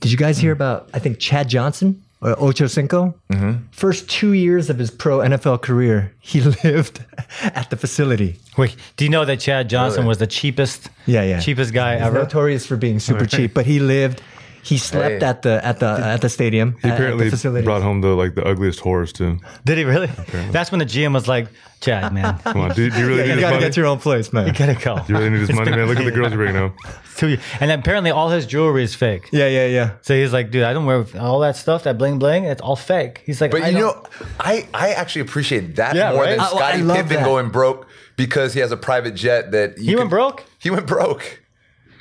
Speaker 2: Did you guys hear about? I think Chad Johnson or Ocho Cinco. Mm-hmm. First two years of his pro NFL career, he lived at the facility.
Speaker 3: Wait, do you know that Chad Johnson was the cheapest
Speaker 2: Yeah, yeah.
Speaker 3: cheapest guy ever?
Speaker 2: Notorious for being super cheap, but he lived. He slept
Speaker 1: Hey.
Speaker 2: at the at the at the stadium.
Speaker 4: He
Speaker 2: at- at uh, the
Speaker 4: apparently
Speaker 2: facilities.
Speaker 4: brought home the like the ugliest horse too.
Speaker 3: Did he really? That's when the GM was like, Chad, man,
Speaker 4: Come on, do, do you really
Speaker 2: You
Speaker 4: need this
Speaker 2: gotta
Speaker 4: money?
Speaker 2: get your own place, man.
Speaker 3: gotta go.
Speaker 4: you really need this money, man. Look at the girls you're bringing home.
Speaker 3: Two- And apparently all his jewelry is fake.
Speaker 2: Yeah, yeah, yeah.
Speaker 3: So he's like, dude, I don't wear all that stuff, that bling bling. It's all fake. He's like,
Speaker 1: But
Speaker 3: I
Speaker 1: you
Speaker 3: don't-
Speaker 1: know, I, I actually appreciate that
Speaker 3: Yeah,
Speaker 1: more
Speaker 3: right? Oh,
Speaker 1: than
Speaker 3: I- I
Speaker 1: Scottie
Speaker 2: love
Speaker 1: Pippen
Speaker 2: that.
Speaker 1: going broke because he has a private jet that
Speaker 3: he went broke.
Speaker 1: He went broke.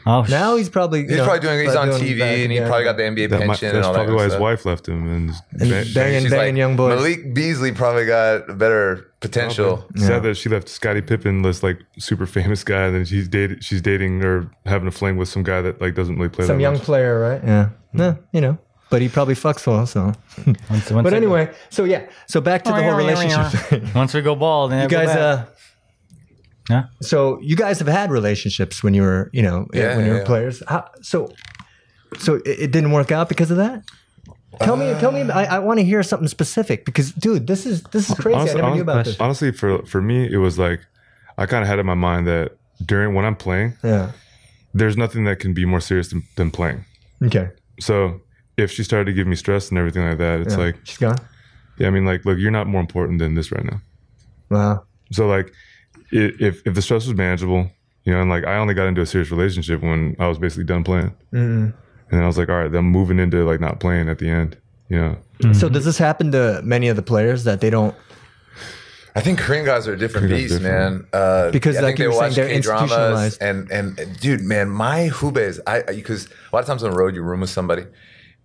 Speaker 3: Oh,
Speaker 2: Now he's probably you
Speaker 1: He's
Speaker 2: know,
Speaker 1: probably doing. He's on
Speaker 2: doing
Speaker 1: TV,
Speaker 2: back
Speaker 1: and he
Speaker 2: again.
Speaker 1: probably got the NBA
Speaker 4: That might,
Speaker 1: pension and
Speaker 4: that's
Speaker 1: all that.
Speaker 4: probably why
Speaker 1: kind
Speaker 4: his
Speaker 1: of stuff.
Speaker 4: wife left him. And,
Speaker 2: And
Speaker 4: ba-
Speaker 2: banging,
Speaker 1: She's
Speaker 2: banging
Speaker 1: like,
Speaker 2: young boys.
Speaker 1: Malik Beasley probably got a better potential.
Speaker 4: Sad that she left Scottie Pippen, this like super famous guy, and then she's dating, she's dating or having a fling with some guy that like doesn't really play.
Speaker 2: Some
Speaker 4: that
Speaker 2: young
Speaker 4: much.
Speaker 2: player, right? Yeah. No, you know. But he probably fucks well, so.
Speaker 3: once, once
Speaker 2: But
Speaker 3: we-
Speaker 2: anyway, so Oh, yeah. So back to the whole relationship thing.
Speaker 3: once we go bald, then
Speaker 2: You guys, uh,
Speaker 3: Yeah.
Speaker 2: So you guys have had relationships when you were, you know, eh,
Speaker 1: Yeah,
Speaker 2: when you were
Speaker 1: yeah.
Speaker 2: players. How, so, so it, it didn't work out because of that. Tell me, tell
Speaker 4: Uh,
Speaker 2: me.
Speaker 1: Uh,
Speaker 2: I, I want to hear something specific because, dude, this is this is crazy. I never knew about this.
Speaker 4: honestly, for for me, it was like I kind of had in my mind that during when I'm playing,
Speaker 2: Yeah.
Speaker 4: there's nothing that can be more serious than, than playing.
Speaker 2: Okay.
Speaker 4: So if she started to give me stress and everything like that, it's
Speaker 2: Yeah.
Speaker 4: like,
Speaker 2: she's gone.
Speaker 4: yeah, I mean, like, look, you're not more important than this right now.
Speaker 2: Wow.
Speaker 4: So like, i- if if the stress was manageable, you know, and like I only got into a serious relationship when I was basically done playing,
Speaker 2: Mm.
Speaker 4: and then I was like, all right, then moving into like not playing at the end, you know.
Speaker 1: Mm-hmm.
Speaker 2: So does this happen to many of the players that they don't?
Speaker 1: I think Korean guys are a different
Speaker 4: Korean
Speaker 1: beast,
Speaker 4: guys are different.
Speaker 1: man. Uh,
Speaker 2: Because,
Speaker 1: I
Speaker 2: like
Speaker 1: think
Speaker 2: you
Speaker 1: they
Speaker 2: were saying,
Speaker 1: watch
Speaker 2: they're
Speaker 1: K dramas
Speaker 2: institutionalized.
Speaker 1: and and dude, man, my hubes, I because a lot of times on the road you room with somebody.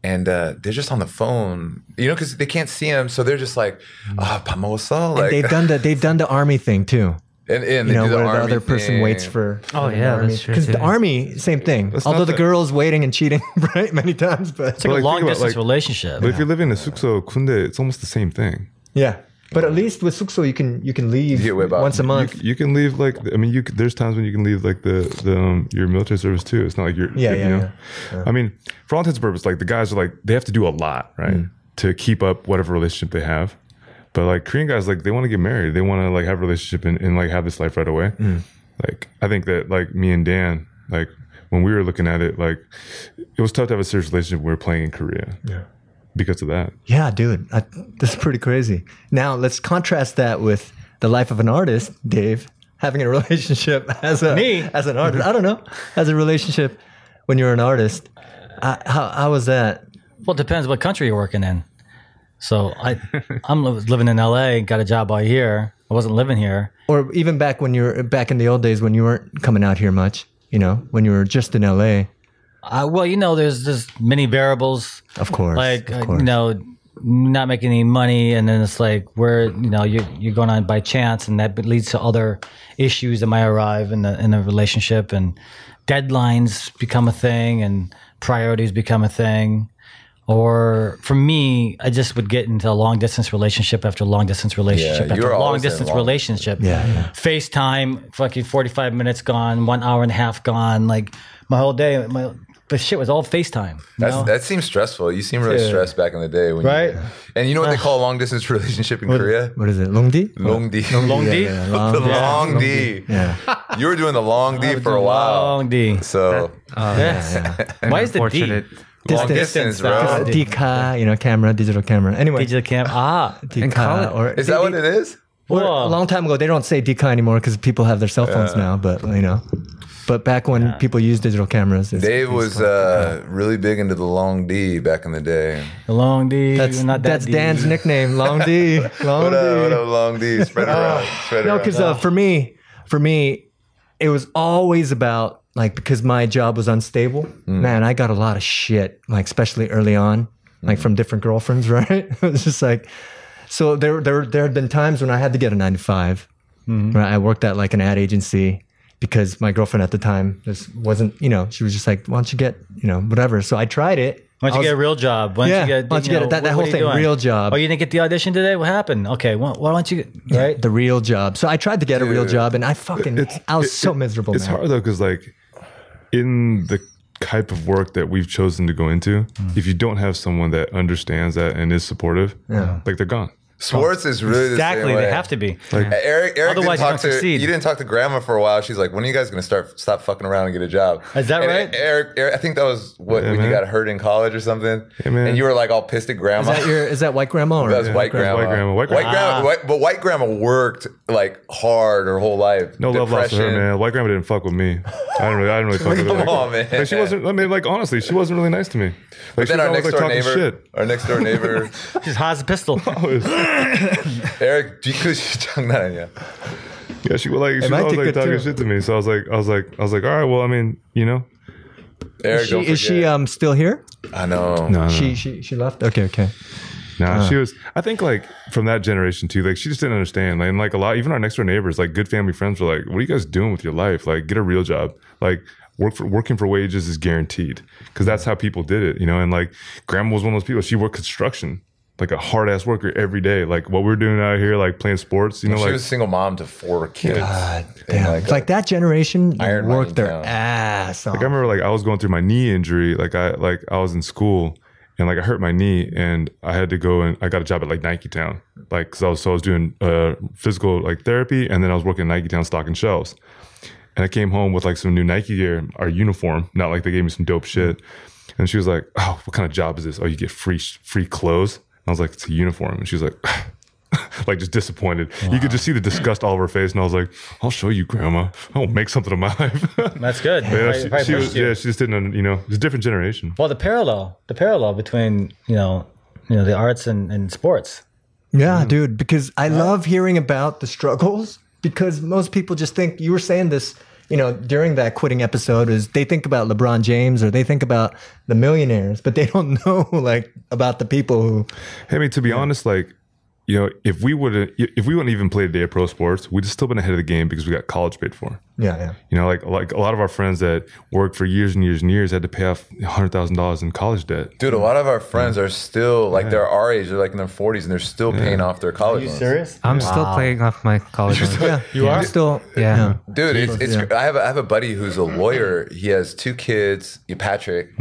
Speaker 1: And uh, they're just on the phone, you know, because they can't see him, so they're just like, "Ah, pamosa," like,
Speaker 2: Mm. They've done the they've done the army thing too.
Speaker 1: and, and
Speaker 2: You
Speaker 1: they do
Speaker 2: know,
Speaker 1: the
Speaker 2: where the
Speaker 1: army
Speaker 2: other person waits
Speaker 1: thing.
Speaker 2: for.
Speaker 5: Oh, yeah, that's true,
Speaker 2: Because the
Speaker 5: too.
Speaker 2: army, same thing. Although
Speaker 4: not
Speaker 2: the
Speaker 4: the-
Speaker 2: girl's waiting and cheating, right, many times, but
Speaker 3: it's like
Speaker 4: like,
Speaker 3: a
Speaker 4: think
Speaker 3: long
Speaker 4: about,
Speaker 3: distance
Speaker 4: like-
Speaker 3: relationship.
Speaker 4: But if you're living in a sukso kunde, it's almost the same thing.
Speaker 2: Yeah, but at least with Sukso, you can you can leave
Speaker 1: Yeah, way back.
Speaker 2: once a month.
Speaker 4: You, you can leave like I mean, you c- there's times when you can leave like the the um, your military service too. It's not like you're
Speaker 2: Yeah,
Speaker 4: you
Speaker 2: yeah,
Speaker 4: know?
Speaker 2: yeah.
Speaker 4: I mean, for all intents and purposes, like the guys are like they have to do a lot right
Speaker 2: Mm.
Speaker 4: to keep up whatever relationship they have. But like Korean guys, like they want to get married, they want to like have a relationship and, and like have this life right away.
Speaker 2: Mm.
Speaker 4: Like I think that like me and Dan, like when we were looking at it, like it was tough to have a serious relationship. when we were playing in Korea, yeah, because of that.
Speaker 2: yeah, dude, I, this is pretty crazy. Now let's contrast that with the life of an artist, Dave, having a relationship as a
Speaker 3: Me?
Speaker 2: as an artist. I don't know, as a relationship when you're an artist. I, how how was that?
Speaker 3: Well, it depends what country you're working in. So I, I'm li- living in LA, got a job out here. I wasn't living here.
Speaker 2: Or even back when you were back in the old days when you weren't coming out here much, you know, when you were just in L.A.
Speaker 3: Uh, well, you know, there's just many variables.
Speaker 2: Of course,
Speaker 3: like
Speaker 2: of
Speaker 3: uh,
Speaker 2: course.
Speaker 3: you know not making any money and then it's like where you know you're, you're going on by chance and that leads to other issues that might arrive in the in a relationship and deadlines become a thing and priorities become a thing or for me i just would get into a long distance relationship after long distance relationship
Speaker 1: you
Speaker 3: after
Speaker 1: were
Speaker 3: long
Speaker 1: always in
Speaker 3: distance
Speaker 1: long-
Speaker 3: relationship
Speaker 2: Yeah, yeah.
Speaker 3: facetime fucking 45 minutes gone one hour and a half gone like my whole day my but shit was all facetime you
Speaker 1: That's,
Speaker 3: know?
Speaker 1: that seems stressful. You seem really
Speaker 3: Dude.
Speaker 1: stressed back in the day, when you-
Speaker 3: Right?
Speaker 1: and you know what they call a long distance relationship in Korea?
Speaker 2: What is it, Longdi?
Speaker 1: Long D.
Speaker 3: long D?
Speaker 2: yeah,
Speaker 1: the
Speaker 2: long-
Speaker 1: long D.
Speaker 2: Yeah.
Speaker 1: You were doing the long D for a while.
Speaker 3: Long D. Oh,
Speaker 1: So
Speaker 3: Yes. Why is the D?
Speaker 5: Unfortunate.
Speaker 1: long distance,
Speaker 3: distance,
Speaker 2: Uh,
Speaker 1: bro.
Speaker 3: that's-
Speaker 2: DK, you know, camera, digital camera. Anyway,
Speaker 3: Digital cam. Ah.
Speaker 2: DK
Speaker 5: color.
Speaker 2: or
Speaker 1: Is that what it is?
Speaker 2: or
Speaker 3: Whoa.
Speaker 2: a long time ago they don't say DK anymore because people have their cell phones now. But you know, but back when people used digital cameras, it's,
Speaker 1: Dave was uh, really big into the long D back in the day.
Speaker 3: The long D.
Speaker 2: that's
Speaker 3: not that
Speaker 2: that's
Speaker 3: D.
Speaker 2: Dan's nickname, Long D, Long
Speaker 1: What
Speaker 2: D.
Speaker 1: up, what up, long D? Spread it around. Spread it
Speaker 2: No,
Speaker 1: around.
Speaker 2: because uh, for me, for me, it was always about like because my job was unstable.
Speaker 3: Mm.
Speaker 2: Man, I got a lot of shit, like especially early on,
Speaker 3: Mm.
Speaker 2: like from different girlfriends. Right? it was just like so. There, there, there had been times when I had to get a nine to 5
Speaker 3: Mm-hmm.
Speaker 2: Right? I worked at like an ad agency because my girlfriend at the time just wasn't. You know, she was just like, "Why don't you get you know whatever?" So I tried it.
Speaker 3: Why don't you
Speaker 2: I was-
Speaker 3: get a real job? Why don't
Speaker 2: Yeah,
Speaker 3: you get,
Speaker 2: why don't you get
Speaker 3: know,
Speaker 2: that- that whole
Speaker 3: what- what are you
Speaker 2: thing,
Speaker 3: doing?
Speaker 2: real job.
Speaker 3: Oh, you didn't get the audition today? What happened? Okay, why, why don't you, right?
Speaker 2: the real job. So I tried to get a real
Speaker 1: Dude.
Speaker 2: job, and I fucking I was
Speaker 4: it-
Speaker 2: so
Speaker 4: it-
Speaker 2: miserable.
Speaker 4: It's
Speaker 2: Oh, man.
Speaker 4: hard though, because like in the type of work that we've
Speaker 2: Mm.
Speaker 4: chosen to go into, if you don't have someone that understands that and is supportive, like they're gone.
Speaker 1: Sports is really
Speaker 3: exactly.
Speaker 1: The same
Speaker 3: They
Speaker 1: way.
Speaker 3: have to be.
Speaker 1: Eric, Eric
Speaker 3: Otherwise, you
Speaker 1: didn't
Speaker 3: don't
Speaker 1: talk to
Speaker 3: succeed.
Speaker 1: you didn't talk to Grandma for a while. She's like, "When are you guys going to start stop fucking around and get a job?"
Speaker 3: Is that
Speaker 1: And
Speaker 3: right?
Speaker 1: Eric, Eric? I think that was what
Speaker 4: Yeah,
Speaker 1: when you
Speaker 4: man.
Speaker 1: got hurt in college or something,
Speaker 4: man.
Speaker 1: and you were like all pissed at Grandma.
Speaker 2: Is that your is that white grandma or
Speaker 1: That was white
Speaker 4: that was
Speaker 1: grandma.
Speaker 4: white grandma. White grandma.
Speaker 1: white- but white grandma worked like hard her whole life.
Speaker 4: No love lost to her,
Speaker 1: Depression.
Speaker 4: man. White grandma didn't fuck with me. I don't really, I didn't really fuck with her.
Speaker 1: Come
Speaker 4: like-
Speaker 1: on, man.
Speaker 4: But she wasn't. I mean, like honestly, she wasn't really nice to me. Like she
Speaker 1: Then
Speaker 4: was
Speaker 1: our
Speaker 4: always,
Speaker 1: next door
Speaker 4: talking
Speaker 1: neighbor, our next door neighbor,
Speaker 3: She's hot as a pistol.
Speaker 4: shit.
Speaker 1: Eric, because she tongue that on you.
Speaker 4: yeah, she was like, she was
Speaker 2: might
Speaker 4: always
Speaker 2: be
Speaker 4: like
Speaker 2: good,
Speaker 4: talking
Speaker 2: too.
Speaker 4: shit to me. So I was like, I was like, I was like, all right, well, I mean, you know,
Speaker 1: Eric,
Speaker 2: Is she,
Speaker 1: don't
Speaker 2: is she
Speaker 1: forget.
Speaker 2: um still here?
Speaker 1: I know.
Speaker 4: no, no.
Speaker 2: She she she left. Okay, okay.
Speaker 4: Nah,
Speaker 1: Uh.
Speaker 4: she was. I think like from that generation too. Like she just didn't understand. Like, and like a lot, even our next door neighbors, like good family friends, were like, "What are you guys doing with your life? Like, get a real job. Like, work for working for wages is guaranteed because that's how people did it, you know." And like, grandma was one of those people. She worked construction, like a hard ass worker every day. Like what we're doing out here, like playing sports, you know,
Speaker 1: she
Speaker 4: like
Speaker 1: was a single mom to four kids.
Speaker 2: Damn,
Speaker 1: like
Speaker 2: it's like that generation
Speaker 1: Iron
Speaker 2: worked their
Speaker 1: Mountain town.
Speaker 2: ass off.
Speaker 4: Like I remember like I was going through my knee injury. Like I like I was in school and like I hurt my knee and I had to go and I got a job at like Nike Town. Like 'cause I was so I was doing uh physical like therapy and then I was working at Nike Town stocking shelves. And I came home with like some new Nike gear, our uniform, not like they gave me some dope shit. And she was like, "Oh, what kind of job is this? Oh, you get free free clothes." And I was like, "It's a uniform." And she was like, like just disappointed. You could just see the disgust all over her face. And I was like, "I'll show you, Grandma. I'll make something of my life."
Speaker 3: That's good.
Speaker 4: Yeah,
Speaker 3: Probably- probably
Speaker 4: she, she
Speaker 3: pushed
Speaker 4: was,
Speaker 3: you.
Speaker 4: yeah, she just didn't. You know, it's a different generation.
Speaker 3: Well, the parallel, the parallel between you know, you know, the arts and, and sports.
Speaker 2: Yeah, dude, because I love hearing about the struggles because most people just think you were saying this, you know, during that quitting episode is they think about LeBron James or they think about the millionaires, but they don't know like about the people who
Speaker 4: I mean, to be honest, like you know, if we would if we wouldn't even play a day of pro sports, we'd still been ahead of the game because we got college paid for.
Speaker 2: Yeah, yeah.
Speaker 4: You know, like like a lot of our friends that worked for years and years and years had to pay off hundred thousand dollars in college debt.
Speaker 1: Dude, a lot of our friends are still like they're our age, they're like in their forties, and they're still paying off their college. loans.
Speaker 5: I'm still playing off my college. loans.
Speaker 2: Yeah. You are still
Speaker 5: Yeah.
Speaker 2: yeah.
Speaker 1: Dude, it's, it's
Speaker 2: Yeah.
Speaker 1: I have a, I have a buddy who's a lawyer. He has two kids, Patrick,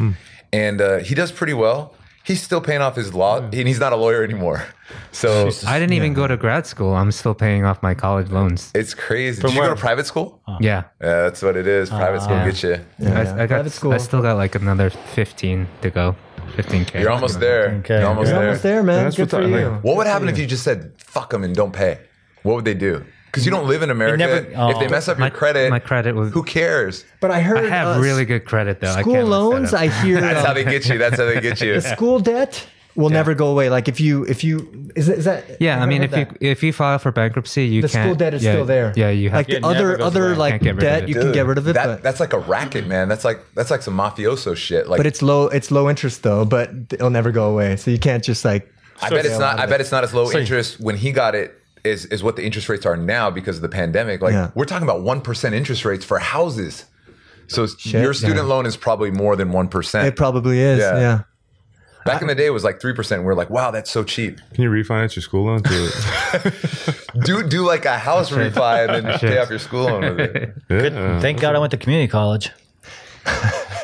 Speaker 1: and uh, he does pretty well. He's still paying off his law, and he's not a lawyer anymore. So
Speaker 5: I didn't even go to grad school. I'm still paying off my college loans.
Speaker 1: it's crazy. Did you go to
Speaker 3: where?
Speaker 1: private school?
Speaker 5: Yeah.
Speaker 1: Yeah, that's what it is. Private school
Speaker 5: yeah.
Speaker 1: get you.
Speaker 5: I, I got,
Speaker 2: Private school.
Speaker 5: I still got like another 15 to go. 15K.
Speaker 1: You're almost there.
Speaker 3: Okay.
Speaker 1: You're almost
Speaker 2: You're
Speaker 1: there.
Speaker 2: almost there, man.
Speaker 4: That's
Speaker 2: Good for
Speaker 4: what I
Speaker 2: you.
Speaker 4: like.
Speaker 1: What would happen if you just said "fuck them" and don't pay? What would they do? Because you don't live in America.
Speaker 3: never-
Speaker 1: if they
Speaker 3: oh.
Speaker 1: mess up
Speaker 5: My
Speaker 1: your credit,
Speaker 5: My credit was.
Speaker 1: who cares?
Speaker 2: But I heard
Speaker 5: I have
Speaker 2: uh,
Speaker 5: really good credit though. I
Speaker 2: school
Speaker 5: can't mess
Speaker 2: loans.
Speaker 5: that up.
Speaker 2: I hear
Speaker 1: That's
Speaker 2: um,
Speaker 1: how they get you. That's how they get you.
Speaker 2: the school debt will never go away. Like if you if you is, it- is that
Speaker 5: Yeah, I
Speaker 2: I've
Speaker 5: mean, if
Speaker 2: heard
Speaker 5: you
Speaker 2: that.
Speaker 5: if you file for bankruptancy, you
Speaker 2: the
Speaker 5: can't.
Speaker 2: school debt is
Speaker 5: yeah,
Speaker 2: still there.
Speaker 5: Yeah, you have.
Speaker 2: like
Speaker 5: to,
Speaker 2: the other other like
Speaker 5: Can't get rid of
Speaker 2: debt
Speaker 5: it.
Speaker 2: you can get rid of it.
Speaker 1: That,
Speaker 2: but,
Speaker 1: that's like a racket, man. That's like that's like some mafioso shit. Like
Speaker 2: but it's low it's low interest though, but it'll never go away. So you can't just like
Speaker 1: I bet it's not. I bet it's not as low
Speaker 3: So-
Speaker 1: interest when he got it. Is, is what the interest rates are now because of the pandemic. Like
Speaker 2: Yeah.
Speaker 1: we're talking about one percent interest rates for houses. So your student
Speaker 2: yeah.
Speaker 1: loan is probably more than one
Speaker 2: it
Speaker 1: percent.
Speaker 2: probably is.
Speaker 1: Yeah.
Speaker 2: Yeah.
Speaker 1: Back in the day, it was like three percent. We're like, wow, that's so cheap.
Speaker 4: Can you refinance your school loan? To,
Speaker 1: Do do like a house refi and then pay off your school loan with it.
Speaker 4: yeah.
Speaker 3: Thank God I went to community college.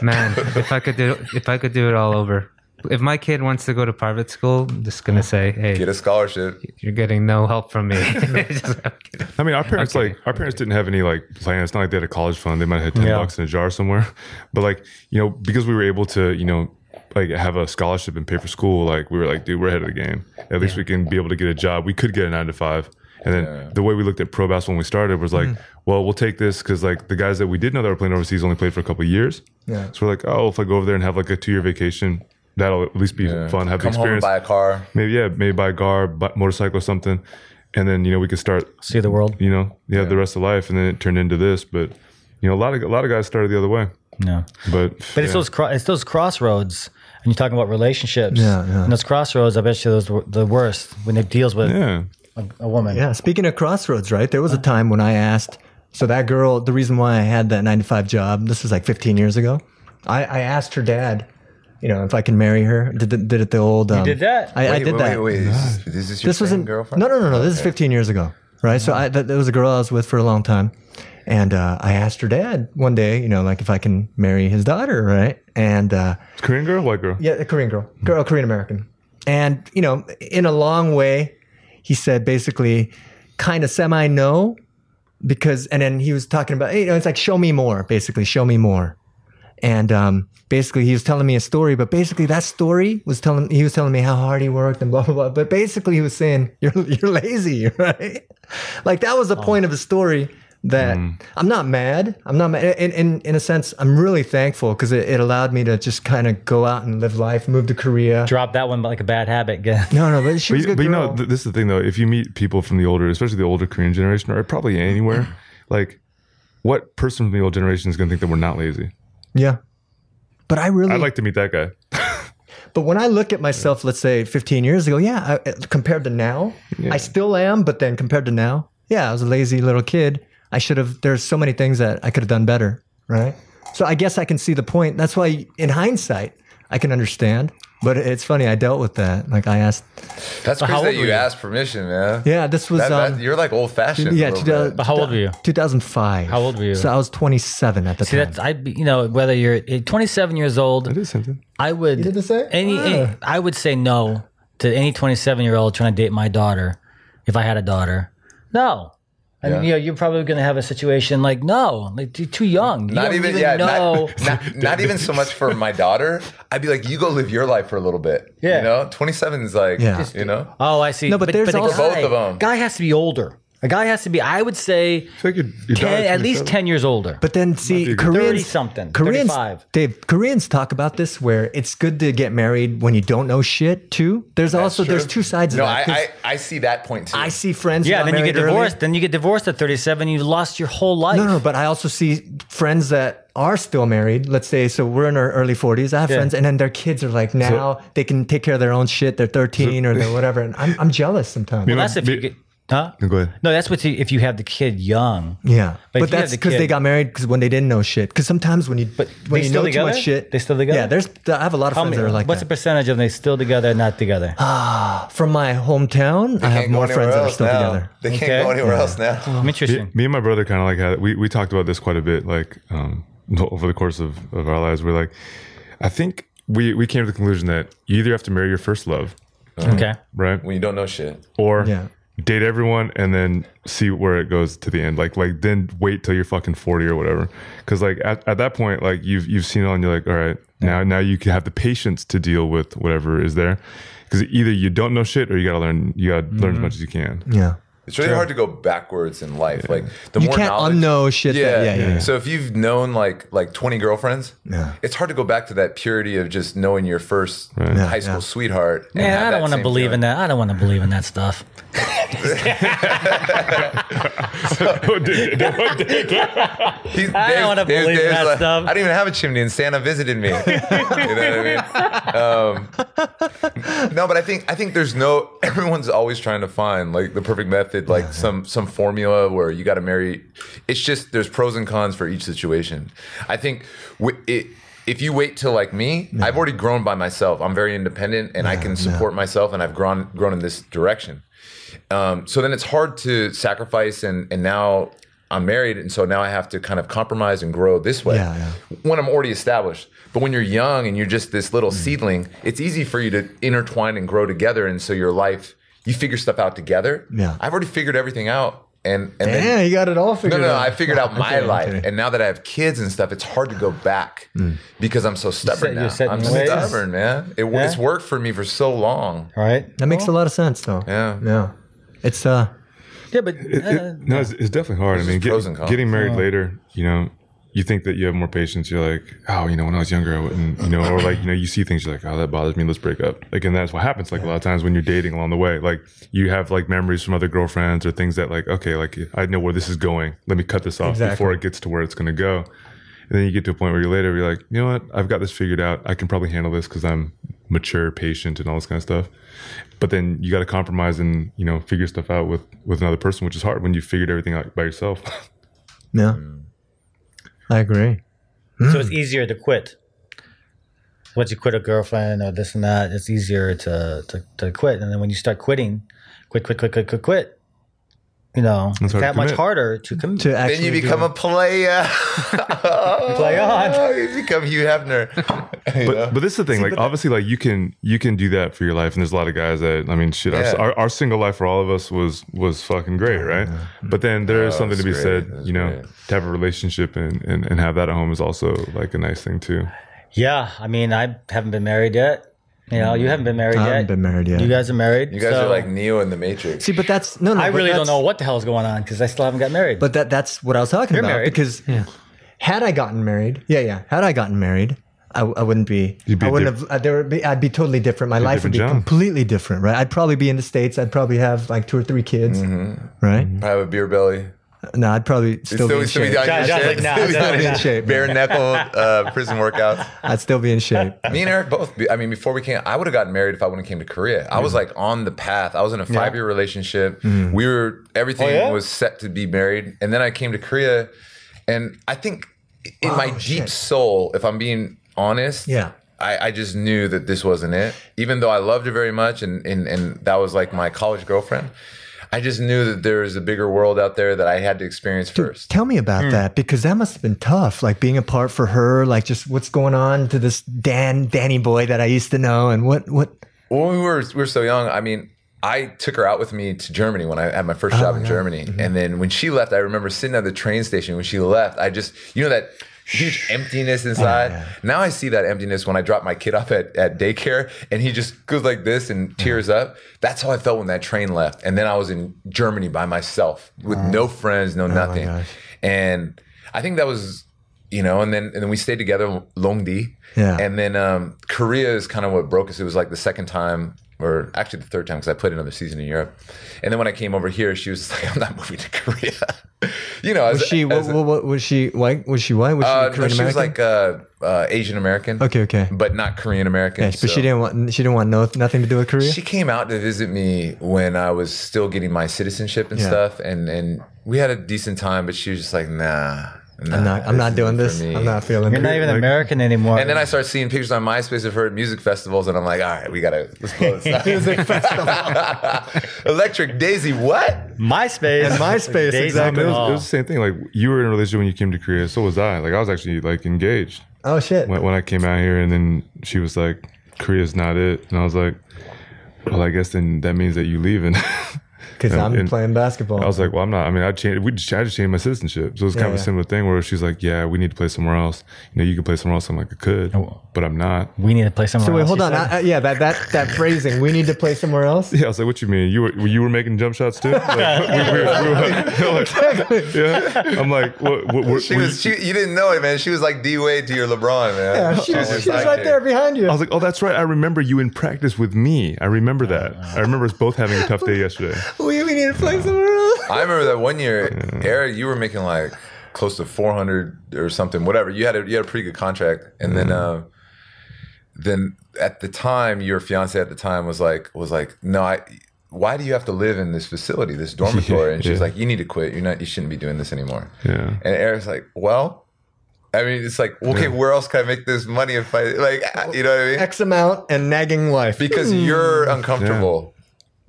Speaker 5: Man, if I could do if I could do it all over. If my kid wants to go to private school, I'm just gonna say, hey,
Speaker 1: Get a scholarship.
Speaker 5: you're getting no help from me. Just-
Speaker 4: I mean, our parents
Speaker 5: Okay.
Speaker 4: like our parents didn't have any like plans. It's not like they had a college fund. They might have had ten
Speaker 3: Yeah.
Speaker 4: bucks in a jar somewhere, but like you know, because we were able to you know like have a scholarship and pay for school, like we were like, dude, we're ahead of the game. At least we can be able to get a job. We could get a nine to five. And then the way we looked at pro basketball when we started was like,
Speaker 3: Mm-hmm.
Speaker 4: well, we'll take this because like the guys that we did know that were playing overseas only played for a couple of years.
Speaker 2: Yeah.
Speaker 4: So we're like, oh, if I go over there and have like a two year vacation, that'll at least be fun. Have
Speaker 1: Come
Speaker 4: the
Speaker 1: home and
Speaker 4: experience.
Speaker 1: buy a car.
Speaker 4: maybe yeah, maybe buy a car, buy motorcycle or something, and then you know we could start
Speaker 3: See the world.
Speaker 4: you know, you have the rest of life, and then it turned into this. But you know, a lot of a lot of guys started the other way.
Speaker 3: No.
Speaker 4: But
Speaker 3: But it's those cro- it's those crossroads, and you're talking about relationships.
Speaker 2: Yeah, yeah.
Speaker 3: And those crossroads, I bet you those were the worst when it deals with
Speaker 4: yeah,
Speaker 3: a, a woman.
Speaker 2: Yeah. Speaking of crossroads, right? There was a time when I asked so that girl, the reason why I had that nine to five job, this was like fifteen years ago. I, I asked her dad, you know, if I can marry her. Did, the, did it the old um,
Speaker 3: did that?
Speaker 2: I, I
Speaker 1: Wait,
Speaker 2: did
Speaker 1: wait,
Speaker 2: that.
Speaker 1: Wait, wait, Is, this- is this your
Speaker 2: this wasn't
Speaker 1: girlfriend?
Speaker 2: No, no, no, no. This is 15 years ago, right? So I, th- there was a girl I was with for a long time, and uh, I asked her dad one day, you know, like if I can marry his daughter, right? And uh,
Speaker 4: Korean girl, white girl.
Speaker 2: yeah, a Korean girl, girl, Korean American, and you know, in a long way, he said basically, kind of semi no, because and then he was talking about you know it's like show me more basically show me more, and um, basically he was telling me a story, but basically that story was telling he was telling me how hard he worked and blah blah blah, but basically he was saying you're you're lazy right, like that was the point of the story that
Speaker 4: Mm.
Speaker 2: I'm not mad. I'm not mad. In, in, in a sense, I'm really thankful because it, it allowed me to just kind of go out and live life, move to Korea.
Speaker 3: Drop that one like a bad habit. Get-
Speaker 2: No, no, but she
Speaker 4: But,
Speaker 2: was a
Speaker 4: you-
Speaker 2: good
Speaker 4: but you
Speaker 2: girl.
Speaker 4: know, th- this is the thing though. If you meet people from the older, especially the older Korean generation, or probably anywhere, like what person from the old generation is going to think that we're not lazy?
Speaker 2: yeah. But I really,
Speaker 4: I'd like to meet that guy.
Speaker 2: but when I look at myself, let's say 15 years ago, yeah, I, uh, compared to now, I still am, but then compared to now, yeah, I was a lazy little kid. I should have, there's so many things that I could have done better, right? So I guess I can see the point. That's why, in hindsight, I can understand. But it's funny, I dealt with that. Like, I asked,
Speaker 1: That's crazy
Speaker 3: how
Speaker 1: that
Speaker 3: old were
Speaker 1: you,
Speaker 3: you?
Speaker 1: asked permission, man.
Speaker 2: yeah, this was.
Speaker 1: That- that-
Speaker 2: um,
Speaker 1: you're like old fashioned.
Speaker 2: Yeah, two thou-
Speaker 3: But how old were you?
Speaker 2: 2005.
Speaker 3: How old were you?
Speaker 2: So I was 27 at the
Speaker 3: See,
Speaker 2: time.
Speaker 3: that's I. You know, whether you're eh, 27 years old,
Speaker 4: That is something.
Speaker 3: I would.
Speaker 2: did the same?
Speaker 3: Any,
Speaker 2: Yeah.
Speaker 3: I would say no to any 27 year old trying to date my daughter, if I had a daughter. No. I mean,
Speaker 1: Yeah.
Speaker 3: you know, you're probably going to have a situation like no, like you're too young. You
Speaker 1: Not
Speaker 3: don't
Speaker 1: even,
Speaker 3: even
Speaker 1: yeah,
Speaker 3: know.
Speaker 1: not, not, not even so much for my daughter. I'd be like, you go live your life for a little bit.
Speaker 3: Yeah.
Speaker 1: You know, 27 is like,
Speaker 2: Yeah.
Speaker 1: you know,
Speaker 3: Oh, I see.
Speaker 2: No, but there's
Speaker 3: a
Speaker 2: also-
Speaker 1: For both of 'em.
Speaker 3: Guy has to be older. A guy has to be. I would say
Speaker 4: I feel like your, your
Speaker 3: ten,
Speaker 4: daughter's
Speaker 3: at least
Speaker 4: 27.
Speaker 3: ten years older.
Speaker 2: But then see,
Speaker 4: be good.
Speaker 2: Koreans
Speaker 3: 30-something,
Speaker 2: Koreans,
Speaker 3: 35.
Speaker 2: Dave, Koreans talk about this where it's good to get married when you don't know shit too. There's also there's
Speaker 1: True.
Speaker 2: two sides
Speaker 1: No,
Speaker 2: of that. 'cause
Speaker 1: I, I, I see that point too.
Speaker 2: I see friends. who
Speaker 3: yeah,
Speaker 2: got
Speaker 3: then you get
Speaker 2: married early.
Speaker 3: divorced. Then you get divorced at 37. You've lost your whole life.
Speaker 2: No, no, but I also see friends that are still married. Let's say, so we're in our early 40s. I have friends, and then their kids are like now they can take care of their own shit. They're 13 or they're whatever, and I'm, I'm jealous sometimes.
Speaker 4: know-
Speaker 3: That's if you get, huh?
Speaker 4: No, go ahead.
Speaker 3: No, that's what you, if you have the kid young.
Speaker 2: Yeah, but,
Speaker 3: But if you have
Speaker 2: that's
Speaker 3: the
Speaker 2: because
Speaker 3: kid-
Speaker 2: they got married because when they didn't know shit. Because sometimes when you but when
Speaker 3: they
Speaker 2: you
Speaker 3: still
Speaker 2: know too
Speaker 3: together?
Speaker 2: much shit,
Speaker 3: They still together?
Speaker 2: Yeah, there's I have a lot of
Speaker 3: How
Speaker 2: friends
Speaker 3: many-
Speaker 2: that are like
Speaker 3: what's the
Speaker 2: that.
Speaker 3: percentage of them still together, not together?
Speaker 2: From my hometown, I
Speaker 1: They
Speaker 2: have
Speaker 1: can't go
Speaker 2: more
Speaker 1: anywhere
Speaker 2: friends that are
Speaker 1: else
Speaker 2: still
Speaker 1: now.
Speaker 2: together.
Speaker 1: They can't
Speaker 3: Okay.
Speaker 1: go anywhere else now.
Speaker 3: Interesting.
Speaker 4: Me and my brother kind of like had we we talked about this quite a bit, like um, over the course of, of our lives. We're like, I think we we came to the conclusion that you either have to marry your first love,
Speaker 3: Okay.
Speaker 4: right,
Speaker 1: When you don't know shit.
Speaker 4: or
Speaker 2: Yeah.
Speaker 4: date everyone and then see where it goes to the end. Like like then wait till you're fucking forty or whatever, because like at, at that point, like you've you've seen it all and you're like, all right, now now you can have the patience to deal with whatever is there, because either you don't know shit or you gotta learn you gotta learn as much as you can.
Speaker 2: Yeah,
Speaker 1: It's really hard to go backwards in life. Like the
Speaker 2: you
Speaker 1: more
Speaker 2: can't
Speaker 1: knowledge,
Speaker 2: unknow shit.
Speaker 1: Yeah.
Speaker 2: that, yeah, yeah. yeah.
Speaker 1: So if you've known like like 20 girlfriends,
Speaker 2: Yeah.
Speaker 1: it's hard to go back to that purity of just knowing your first
Speaker 4: Yeah,
Speaker 1: high school
Speaker 2: yeah.
Speaker 1: sweetheart. and
Speaker 3: Man,
Speaker 1: have
Speaker 3: I
Speaker 1: that
Speaker 3: don't want to
Speaker 1: same
Speaker 3: believe in
Speaker 1: feeling.
Speaker 3: that. I don't want to believe in that stuff.
Speaker 1: He's-
Speaker 3: I don't
Speaker 1: Dave's-
Speaker 3: wanna
Speaker 1: Dave's-
Speaker 3: believe
Speaker 1: Dave's
Speaker 3: that stuff.
Speaker 1: I didn't even have a chimney, and Santa visited me. you know what I mean? Um, no, but I think I think there's no. Everyone's always trying to find like the perfect method, like some some formula where you got to marry. It's just there's pros and cons for each situation. I think w- it. If you wait till like me, I've already grown by myself. I'm very independent, and I can support myself, and I've grown grown in this direction. Um, so then it's hard to sacrifice, and and now I'm married, and so now I have to kind of compromise and grow this way
Speaker 2: Yeah, yeah. Mm.
Speaker 1: when I'm already established. But when you're young and you're just this little seedling, it's easy for you to intertwine and grow together, and so your life you figure stuff out together.
Speaker 2: Yeah.
Speaker 1: I've already figured everything out, and and
Speaker 2: Damn,
Speaker 1: then,
Speaker 2: you got it all
Speaker 1: no,
Speaker 2: figured
Speaker 1: no, no,
Speaker 2: out.
Speaker 1: I figured out
Speaker 2: I'm
Speaker 1: my
Speaker 2: kidding, I'm
Speaker 1: life,
Speaker 2: kidding. Mm.
Speaker 1: and now that I have kids and stuff, it's hard to go back because I'm so stubborn
Speaker 3: you're set
Speaker 1: now. I'm
Speaker 3: in your ways.
Speaker 1: stubborn, man. It, It's worked for me for so long.
Speaker 3: All right.
Speaker 2: That makes a lot of sense, though.
Speaker 1: Yeah.
Speaker 2: yeah. It's uh,
Speaker 3: Yeah, but
Speaker 4: It- it-
Speaker 3: uh,
Speaker 4: no, it's, it's definitely hard. I mean,
Speaker 1: just
Speaker 4: get-
Speaker 1: pros and cons.
Speaker 4: getting married later, you know, you think that you have more patience. You're like, oh, you know, when I was younger, I wouldn't, you know, or like, you know, you see things, you're like, oh, that bothers me. Let's break up. Like, and that's what happens. Like a lot of times when you're dating along the way, like you have like memories from other girlfriends or things that like, okay, like I know where this is going. Let me cut this off before
Speaker 2: Exactly.
Speaker 4: it gets to where it's going to go. And then you get to a point where you're later, you're like, you know what? I've got this figured out. I can probably handle this because I'm mature, patient, and all this kind of stuff. But then you got to compromise and you know figure stuff out with with another person, which is hard when you figured everything out by yourself.
Speaker 2: yeah.
Speaker 1: Hmm.
Speaker 2: I agree.
Speaker 3: so it's easier to quit. Once you quit a girlfriend or this and that, it's easier to, to to quit. And then when you start quitting, quit, quit, quit, quit, quit, quit. you know, it's
Speaker 4: hard to
Speaker 3: that much
Speaker 4: commit.
Speaker 3: harder to commit.
Speaker 2: to actually
Speaker 1: Then you become
Speaker 2: do
Speaker 1: a player. Oh,
Speaker 3: Play on.
Speaker 1: You become Hugh Hefner. You
Speaker 4: But,
Speaker 1: know?
Speaker 4: but this is the thing, like obviously, like you can you can do that for your life, and there's a lot of guys that I mean, shit,
Speaker 1: Yeah.
Speaker 4: our, our our single life for all of us was was fucking great, right? But then there is
Speaker 1: Oh,
Speaker 4: something to be
Speaker 1: that's great.
Speaker 4: said,
Speaker 1: That's
Speaker 4: you know,
Speaker 1: great.
Speaker 4: to have a relationship and, and and have that at home is also like a nice thing too.
Speaker 3: Yeah, I mean, I haven't been married yet. You know, you haven't been married
Speaker 2: I haven't
Speaker 3: yet.
Speaker 2: been married yet.
Speaker 3: You guys are married.
Speaker 1: you guys
Speaker 3: so
Speaker 1: are like Neo in the Matrix.
Speaker 2: See, but that's no, no.
Speaker 3: I
Speaker 2: but
Speaker 3: really don't
Speaker 2: that's-
Speaker 3: know what the hell's going on because I still haven't got married.
Speaker 2: But that that's what I was talking
Speaker 3: You're
Speaker 2: about
Speaker 3: married.
Speaker 2: because had I gotten married, yeah, yeah, had I gotten married, I, I wouldn't be.
Speaker 4: You'd be
Speaker 2: I wouldn't
Speaker 4: diff-
Speaker 2: have. uh, There would be. I'd be totally different. My life would
Speaker 4: different
Speaker 2: be
Speaker 4: John.
Speaker 2: completely different, right? I'd probably be in the states. I'd probably have like two or three kids, right?
Speaker 1: I have a beer belly.
Speaker 2: No, I'd probably still, be in shape.
Speaker 1: down
Speaker 3: John-
Speaker 1: your
Speaker 3: John's
Speaker 1: shit.
Speaker 3: like, nah,
Speaker 1: Still be
Speaker 3: John's
Speaker 1: down
Speaker 3: like,
Speaker 1: your
Speaker 2: nah.
Speaker 1: shit. bare knuckle uh, prison workouts.
Speaker 2: I'd still be in shape.
Speaker 1: Me and Eric both. I mean, before we came, I would have gotten married if I wouldn't came to Korea. I was
Speaker 3: Mm-hmm.
Speaker 1: like on the path. I was in a five year relationship. We were everything
Speaker 3: Oh, yeah?
Speaker 1: was set to be married, and then I came to Korea, and I think in my
Speaker 3: Oh,
Speaker 1: deep soul, if I'm being honest,
Speaker 2: Yeah.
Speaker 1: I, I just knew that this wasn't it. Even though I loved her very much, and and and that was like my college girlfriend. I just knew that there is a bigger world out there that I had to experience first.
Speaker 2: Tell me about that because that must have been tough. Like being apart for her, like just what's going on to this Dan Danny boy that I used to know, and what what
Speaker 1: when we were we were so young, I mean, I took her out with me to Germany when I had my first job in Germany, and then when she left, I remember sitting at the train station. When she left, I just you know that huge emptiness inside. Now I see that emptiness when I drop my kid off at, at daycare, and he just goes like this and tears up. That's how I felt when that train left, and then I was in Germany by myself with no friends, no nothing,
Speaker 2: gosh.
Speaker 1: and I think that was. You know, and then and then we stayed together, Longdi,
Speaker 2: Yeah.
Speaker 1: and then um, Korea is kind of what broke us. It was like the second time, or actually the third time, because I played another season in Europe. And then when I came over here, she was like, "I'm not moving to Korea." you know, as,
Speaker 2: was she? What,
Speaker 1: as-
Speaker 2: what, what was she white? Was she white? Was she
Speaker 1: uh, no,
Speaker 2: Korean
Speaker 1: she was
Speaker 2: American?
Speaker 1: like uh, uh, Asian American.
Speaker 2: Okay, okay.
Speaker 1: but not Korean American.
Speaker 2: Yeah, but she didn't want she didn't want no, nothing to do with Korea.
Speaker 1: She came out to visit me when I was still getting my citizenship and
Speaker 2: Yeah.
Speaker 1: stuff, and and we had a decent time. But she was just like, "Nah." nah
Speaker 2: I'm not. I'm not doing
Speaker 1: isn't
Speaker 2: this.
Speaker 1: for me."
Speaker 2: I'm not feeling.
Speaker 3: You're
Speaker 2: it.
Speaker 3: not even American anymore.
Speaker 1: And then I start seeing pictures on MySpace of her at music festivals, and I'm like, all right, we gotta let's blow this up. music festival, Electric Daisy, what?
Speaker 3: MySpace.
Speaker 2: And MySpace,
Speaker 3: Days
Speaker 2: exactly.
Speaker 3: gone
Speaker 4: It was,
Speaker 3: by.
Speaker 1: Oh.
Speaker 4: it was the same thing. Like you were in a relationship when you came to Korea, so was I. Like I was actually like engaged
Speaker 2: Oh shit!
Speaker 4: when, when I came out here, and then she was like, "Korea's not it," and I was like, "Well, I guess then that means that you leaving."
Speaker 2: Because I'm
Speaker 4: and-
Speaker 2: playing basketball.
Speaker 4: I was like, well, I'm not. I mean, I changed. We just, I just changed my citizenship, so it's kind of
Speaker 2: yeah.
Speaker 4: a similar thing where she's like, yeah, we need to play somewhere else. You know, you can play somewhere else. I'm like, I could,
Speaker 2: Oh,
Speaker 4: but I'm not.
Speaker 3: we need to play somewhere.
Speaker 2: so wait,
Speaker 3: else,
Speaker 2: hold
Speaker 3: you
Speaker 2: on.
Speaker 3: said.
Speaker 2: I, I- yeah, that that that phrasing. We need to play somewhere else.
Speaker 4: Yeah, I was like, what you mean? You were you were making jump shots too? Like, we- we- we were- yeah. I'm like, what? what, what
Speaker 1: She
Speaker 4: were
Speaker 1: was she, you didn't know it, man. She was like D Wade to your LeBron, man.
Speaker 2: Yeah, she was,
Speaker 1: your
Speaker 2: she was
Speaker 1: sidekick.
Speaker 2: right there behind you.
Speaker 4: I was like, oh, that's right. I remember you in practice with me. I remember that. I remember us both having a tough day yesterday.
Speaker 2: we, we need to play somewhere else.
Speaker 1: I remember that one year, Eric, you were making like close to 400 or something, whatever. You had a you had a pretty good contract, and then
Speaker 2: Mm-hmm.
Speaker 1: uh, then at the time, your fiance at the time was like was like, no, I. Why do you have to live in this facility, this dormitory? And she's
Speaker 4: Yeah.
Speaker 1: like, "You need to quit. You're not. You shouldn't be doing this anymore."
Speaker 4: Yeah.
Speaker 1: And Eric's like, well, I mean, it's like, okay, where else can I make this money if I, like, I- you know what I mean?
Speaker 2: X amount and nagging wife.
Speaker 1: Because you're uncomfortable.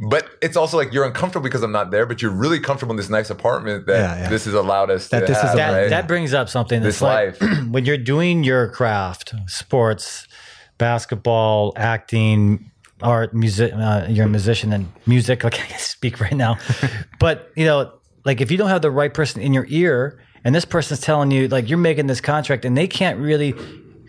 Speaker 1: But it's also like you're uncomfortable because I'm not there, but you're really comfortable in this nice apartment that
Speaker 2: Yeah, yeah.
Speaker 1: this has allowed us
Speaker 2: That
Speaker 1: to
Speaker 2: this is
Speaker 1: have,
Speaker 2: a-
Speaker 3: that,
Speaker 1: right?
Speaker 3: that brings up something.
Speaker 1: This
Speaker 3: It's like,
Speaker 1: life.
Speaker 3: when you're doing your craft, sports, basketball, acting, art, music. Uh, you're a musician and music. Like I can't speak right now, but you know, like if you don't have the right person in your ear, and this person's telling you like you're making this contract, and they can't really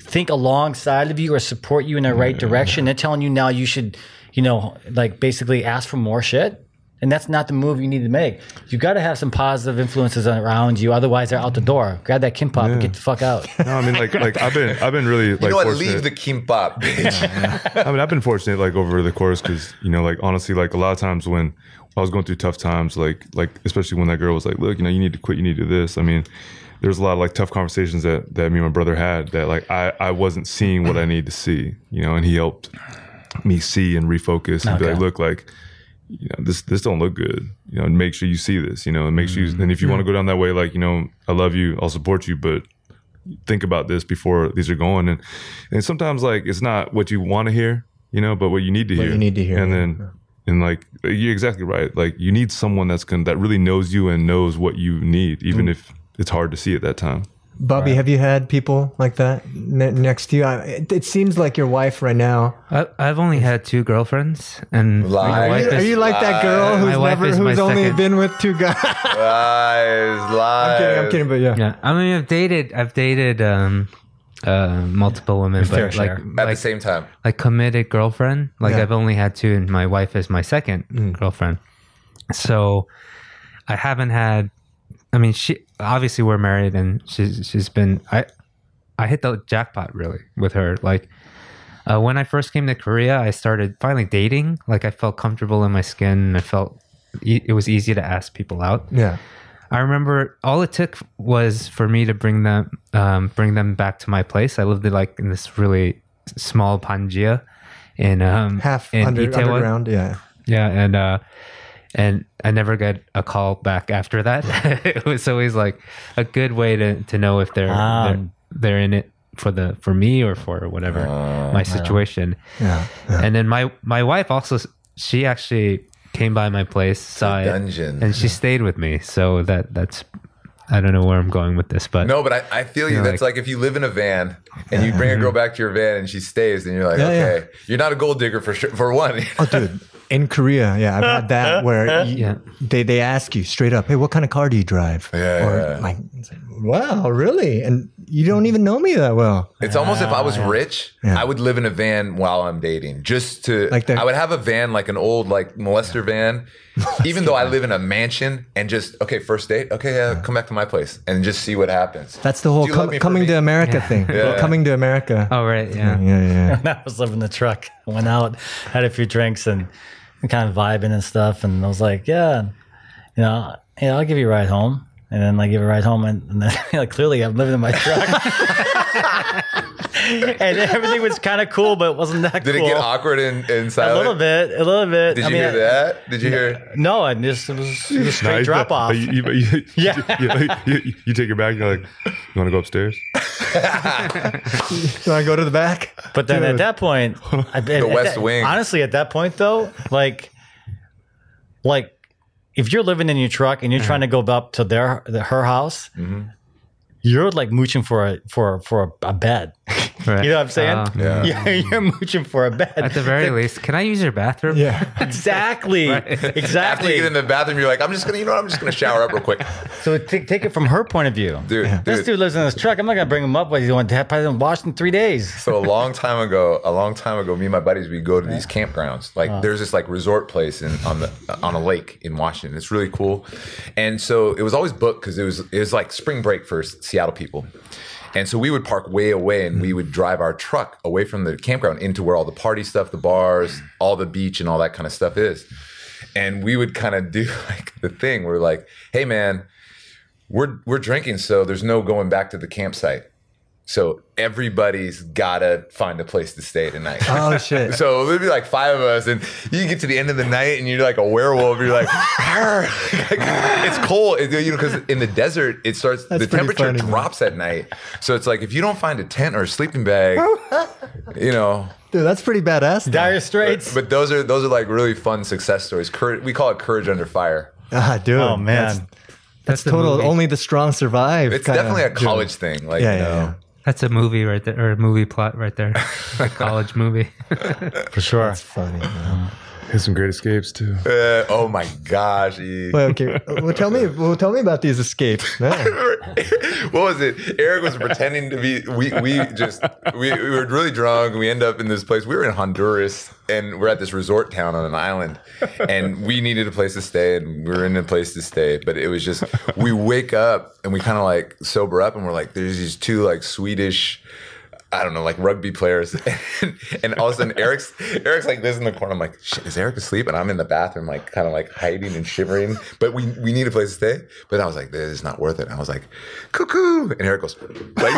Speaker 3: think alongside of you or support you in the right direction. They're telling you now you should, you know, like basically ask for more shit. And that's not the move you need to make. You got to have some positive influences around you. Otherwise, they're out the door. Grab that kimpop and get the fuck out.
Speaker 4: No, I mean, like, like I've been, I've been really like.
Speaker 1: you know what?
Speaker 4: fortunate.
Speaker 1: Leave the kimbap, bitch.
Speaker 4: I mean, I've been fortunate like over the course because you know, like honestly, like a lot of times when I was going through tough times, like like especially when that girl was like, "Look, you know, you need to quit. You need to do this." I mean, there's a lot of like tough conversations that that me and my brother had that like I I wasn't seeing what I need to see, you know, and he helped me see and refocus and be
Speaker 3: Okay.
Speaker 4: like, "Look, like." You know, this this don't look good. You know, and make sure you see this. You know, and make sure
Speaker 2: Mm-hmm.
Speaker 4: you. And if you want to go down that way, like you know, I love you, I'll support you, but think about this before these are going and and sometimes like it's not what you want to hear you know but what you need to
Speaker 2: What
Speaker 4: hear
Speaker 2: you need to hear,
Speaker 4: and
Speaker 2: yeah.
Speaker 4: then And like you're exactly right. Like you need someone that's going that really knows you and knows what you need,
Speaker 2: Mm.
Speaker 4: even if it's hard to see at that time.
Speaker 2: Bobby, have you had people like that ne- next to you? I, it, it seems like your wife right now.
Speaker 5: I, I've only had two girlfriends, and
Speaker 1: Lies.
Speaker 5: my wife
Speaker 1: Are
Speaker 5: is,
Speaker 2: Are you like that girl who's
Speaker 5: My wife
Speaker 2: never,
Speaker 5: is my
Speaker 2: who's only
Speaker 5: second.
Speaker 2: been with two guys? I'm
Speaker 1: Lies, lies.
Speaker 2: kidding, I'm kidding, but yeah.
Speaker 5: yeah. I mean, I've dated, I've dated um, uh, multiple women,
Speaker 3: Fair
Speaker 5: but like,
Speaker 3: share.
Speaker 1: At
Speaker 5: like,
Speaker 1: the same time,
Speaker 5: like committed girlfriend. Like
Speaker 2: Yeah.
Speaker 5: I've only had two, and my wife is my second girlfriend. So I haven't had. I mean, she obviously we're married, and she's she's been. I I hit the jackpot really with her. Like uh, when I first came to Korea, I started finally dating. Like I felt comfortable in my skin. I felt e- it was easy to ask people out.
Speaker 2: Yeah.
Speaker 5: I remember all it took was for me to bring them um, bring them back to my place. I lived in, like in this really small Panjia in um,
Speaker 2: Half
Speaker 5: in
Speaker 2: under,
Speaker 5: Itaewon.
Speaker 2: underground. Yeah.
Speaker 5: Yeah, and uh, and I never got a call back after that. it was always like a good way to, to know if they're,
Speaker 3: Ah.
Speaker 5: they're they're in it for the for me or for whatever my situation.
Speaker 2: Yeah.
Speaker 5: And then my my wife also she actually came by my place, saw it,
Speaker 1: dungeon.
Speaker 5: and she stayed with me. So that that's I don't know where I'm going with this, but
Speaker 1: No, but I, I feel you.
Speaker 5: Yeah,
Speaker 1: That's like, if you live in a van and you bring a girl back to your van and she stays, then you're like,
Speaker 2: Mm-hmm. Yeah,
Speaker 1: okay, you're not a gold digger for sure, for one.
Speaker 2: Oh, dude. In Korea, yeah, I've had that where you,
Speaker 5: Yeah.
Speaker 2: they, they ask you straight up, hey, what kind of car do you drive?
Speaker 1: Yeah,
Speaker 2: Or
Speaker 1: yeah.
Speaker 2: like, it's like, wow, really? And you don't even know me that well.
Speaker 1: It's almost if I
Speaker 3: Ah,
Speaker 1: was rich,
Speaker 2: Yeah.
Speaker 1: I would live in a van while I'm dating, just to
Speaker 2: Like the-
Speaker 1: I would have a van like an old like molester van, even though I live in a mansion and just okay first date okay yeah, come back to my place and just see what happens.
Speaker 2: That's the whole
Speaker 1: Do you love
Speaker 2: com-
Speaker 1: me for
Speaker 2: coming
Speaker 1: me?
Speaker 2: to America thing.
Speaker 1: Yeah.
Speaker 2: Coming to America.
Speaker 5: oh right, yeah.
Speaker 2: Yeah, yeah.
Speaker 3: I was living the truck. Went out, had a few drinks, and kind of vibing and stuff. And I was like, yeah, you know, yeah, I'll give you a ride home. And then I give a ride home, and, and then like, clearly I'm living in my truck. and everything was kind of cool, but it wasn't that
Speaker 1: Did
Speaker 3: cool.
Speaker 1: it get awkward and, and
Speaker 3: a
Speaker 1: silent?
Speaker 3: little bit, a little bit.
Speaker 1: Did
Speaker 3: I
Speaker 1: you
Speaker 3: mean,
Speaker 1: hear that? Did you hear?
Speaker 3: No, I just it was, it was a straight
Speaker 4: Nice.
Speaker 3: drop off.
Speaker 4: Like, You, you- you-
Speaker 3: Yeah.
Speaker 4: you, you- you- you take your bag. You're like, you want to go upstairs?
Speaker 2: Do I go to the back?
Speaker 3: But then at
Speaker 2: Dude.
Speaker 3: that point, I, the
Speaker 1: West Wing.
Speaker 3: Honestly, at that point though, like, like if you're living in your truck
Speaker 5: Uh-huh.
Speaker 3: and you're trying to go up to their the, her house,
Speaker 1: Mm-hmm.
Speaker 3: you're like mooching for a for for a, a bed.
Speaker 5: Right.
Speaker 3: You know what I'm saying?
Speaker 5: Uh,
Speaker 1: Yeah.
Speaker 3: You're, you're mooching for a bed.
Speaker 5: At the very least, can I use your bathroom?
Speaker 2: Yeah.
Speaker 3: exactly,
Speaker 1: After you
Speaker 3: exactly.
Speaker 1: get in the bathroom, you're like, I'm just gonna, you know, what? I'm just gonna shower up real quick,
Speaker 3: so take take it from her point of view.
Speaker 1: dude.
Speaker 3: This dude lives in this truck. I'm not gonna bring him up. What he's doing? Probably hasn't washed in three days.
Speaker 1: So a long time ago, a long time ago, me and my buddies we go to these campgrounds. Like there's this like resort place in on the on a lake in Washington. It's really cool, and so it was always booked because it was it was like spring break for Seattle people, and so we would park way away and we would drive our truck away from the campground into where all the party stuff, the bars, all the beach, and all that kind of stuff is, and we would kind of do like the thing. We're like, hey man, we're we're drinking, so there's no going back to the campsite. So everybody's gotta find a place to stay tonight.
Speaker 2: Oh shit.
Speaker 1: So there'd be like five of us, and you get to the end of the night, and you're like a werewolf. You're like, "Arr." it's cold, It- you know, because in the desert it starts.
Speaker 2: That's
Speaker 1: the
Speaker 2: pretty
Speaker 1: temperature
Speaker 2: funny, man.
Speaker 1: drops at night, so it's like if you don't find a tent or a sleeping bag, you know.
Speaker 2: Dude, that's pretty badass. though.
Speaker 3: Dire Straits.
Speaker 1: But those are those are like really fun success stories. Courage, we call it courage under fire.
Speaker 2: Ah, dude.
Speaker 3: oh man.
Speaker 2: That's, that's total.
Speaker 5: movie.
Speaker 2: Only the strong survive.
Speaker 1: It's
Speaker 2: kinda
Speaker 1: definitely a
Speaker 2: dude.
Speaker 1: college thing. Like,
Speaker 2: Yeah,
Speaker 1: you
Speaker 2: yeah,
Speaker 1: know,
Speaker 2: yeah.
Speaker 5: That's a movie right there, or a movie plot right there. a college movie.
Speaker 3: for sure.
Speaker 2: It's funny. man.
Speaker 4: Had some great escapes too.
Speaker 1: Uh, oh my gosh. E.
Speaker 2: Well, okay. Well, tell me. Well, tell me about these escapes. Yeah.
Speaker 1: what was it? Eric was pretending to be. We we just we, we were really drunk. We end up in this place. We were in Honduras, and we're at this resort town on an island, and we needed a place to stay, and we were in a place to stay. But it was just we wake up and we kind of like sober up, and we're like, there's these two like Swedish. I don't know, like rugby players, and, all of a sudden Eric's Eric's like this in the corner. I'm like, Shit, is Eric asleep? And I'm in the bathroom, like kind of like hiding and shivering. But we we need a place to stay. But I was like, this is not worth it. And I was like, cuckoo. And Eric goes, like,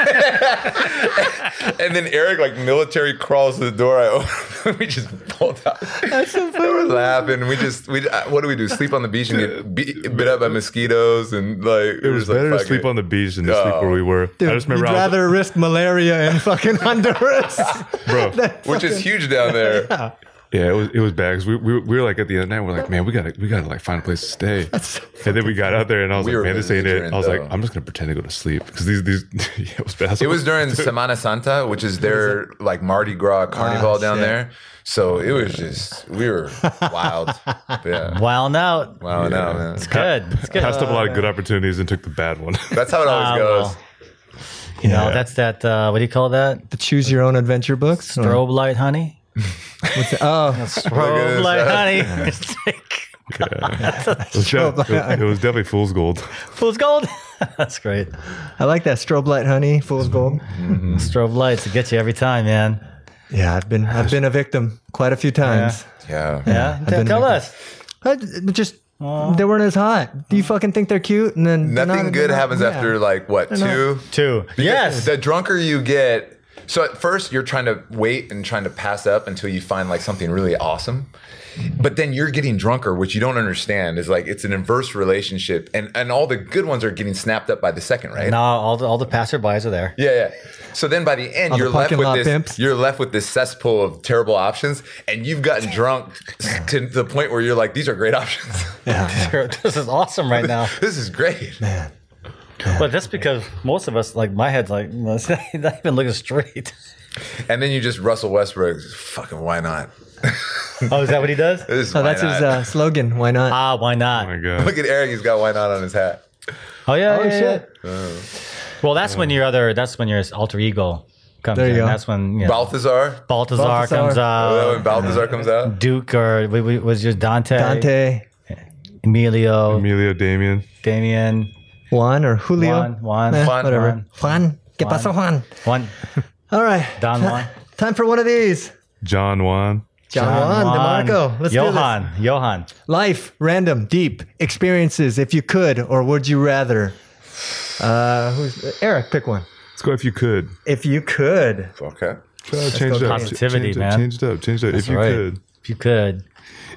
Speaker 1: and then Eric like military crawls to the door. I open, we just pulled out. That's so funny. We're laughing. We just we uh, what do we do? Sleep on the beach and get beat, bit up by mosquitoes and like Oh.
Speaker 4: It was better to sleep on the beach than to sleep where we were. I just
Speaker 2: You'd
Speaker 4: remember, I was,
Speaker 2: rather risk malaria in fucking Honduras.
Speaker 4: bro.
Speaker 1: which is huge down there.
Speaker 4: Yeah, it was it was bad 'cause we, we we were like at the end of the night we're like man we gotta we gotta like find a place to stay and then we got out there and I was
Speaker 1: We were
Speaker 4: like man this ain't it
Speaker 1: belligerent,
Speaker 4: I was like
Speaker 1: though.
Speaker 4: I'm just gonna pretend to go to sleep because these these yeah, it was bad
Speaker 1: It was during Semana Santa, which is their like Mardi Gras carnival
Speaker 2: Ah,
Speaker 1: down
Speaker 2: shit.
Speaker 1: there. So it was just we were wild. yeah.
Speaker 3: Wilding out.
Speaker 1: Wow, no, man.
Speaker 3: It's good. It's good.
Speaker 4: passed up a lot of good opportunities and took the bad one
Speaker 1: That's how it always
Speaker 3: Ah,
Speaker 1: goes.
Speaker 3: well. You know, that's that. Uh, what do you call that?
Speaker 2: The choose your own adventure books. or-
Speaker 3: Strobe light, honey.
Speaker 2: Oh,
Speaker 3: Strobe
Speaker 1: this.
Speaker 3: light, honey. It's like
Speaker 4: it, was de- it was definitely fool's gold
Speaker 3: Fool's gold. that's great.
Speaker 2: I like that strobe light, honey. Fool's gold.
Speaker 3: Strobe lights to get you every time, man.
Speaker 2: Yeah, I've been I've been a victim quite a few times.
Speaker 1: Yeah.
Speaker 3: Yeah. Tell-
Speaker 2: been
Speaker 3: tell
Speaker 2: like
Speaker 3: us.
Speaker 2: I d- just they weren't as hot. Do you fucking think they're cute? And then they're
Speaker 1: Nothing
Speaker 2: not-
Speaker 1: good
Speaker 2: they're not-
Speaker 1: happens
Speaker 2: yeah.
Speaker 1: after like what
Speaker 2: not-
Speaker 1: two?
Speaker 3: Two.
Speaker 1: Because
Speaker 3: Yes.
Speaker 1: The drunker you get, so at first you're trying to wait and trying to pass up until you find like something really awesome. But then you're getting drunker, which you don't understand is like it's an inverse relationship, and and all the good ones are getting snapped up by the second, right?
Speaker 3: No, all the all the passerbys are there.
Speaker 1: Yeah, yeah. So then by the end,
Speaker 2: All the
Speaker 1: you're left
Speaker 2: parking
Speaker 1: with
Speaker 2: lot
Speaker 1: this.
Speaker 2: pimps.
Speaker 1: You're left with this cesspool of terrible options, and you've gotten drunk to the point where you're like, "These are great options.
Speaker 3: this is awesome right now.
Speaker 1: this is great."
Speaker 3: But that's because most of us, like my head's like not even looking straight.
Speaker 1: And then you just Russell Westbrook. Fucking why not?
Speaker 3: Oh, is that what he does?
Speaker 1: This is
Speaker 2: Oh,
Speaker 1: why
Speaker 2: that's his
Speaker 1: not.
Speaker 2: uh, slogan. Why not?
Speaker 3: Ah, why
Speaker 4: oh my
Speaker 3: not?
Speaker 4: god
Speaker 1: Look at Eric. He's got why not on his hat.
Speaker 3: Oh yeah,
Speaker 2: Oh,
Speaker 3: yeah, yeah. Uh.
Speaker 2: shit.
Speaker 3: Well, that's when your other, that's when your alter ego comes
Speaker 2: There you
Speaker 3: in.
Speaker 2: go.
Speaker 3: That's when you know,
Speaker 1: Balthazar.
Speaker 3: Baltazar
Speaker 2: Balthazar.
Speaker 3: comes
Speaker 1: Oh,
Speaker 2: Uh,
Speaker 1: when
Speaker 3: out.
Speaker 1: Balthazar comes out.
Speaker 3: Duke or we- we- was just Dante,
Speaker 2: Dante,
Speaker 3: Emilio,
Speaker 4: Emilio Damien
Speaker 3: Damien,
Speaker 2: Juan, or Julio.
Speaker 3: Juan, Juan,
Speaker 2: Eh,
Speaker 1: Juan,
Speaker 2: whatever. Juan. Get
Speaker 3: Juan.
Speaker 2: pasa Juan.
Speaker 3: Juan,
Speaker 2: All right.
Speaker 3: Don Juan,
Speaker 2: Time for one of these.
Speaker 4: John Juan
Speaker 2: John, Juan, DeMarco. Let's do this.
Speaker 3: Johan, Johan.
Speaker 2: Life, random, deep experiences. If you could, or would you rather? Uh, who's Eric? Pick one.
Speaker 4: let's go if you could
Speaker 2: If you could.
Speaker 1: Okay.
Speaker 4: Try to change it up
Speaker 3: positivity,
Speaker 4: change, it-
Speaker 3: man.
Speaker 4: change it up change it up if you
Speaker 3: right.
Speaker 4: could
Speaker 3: If you could,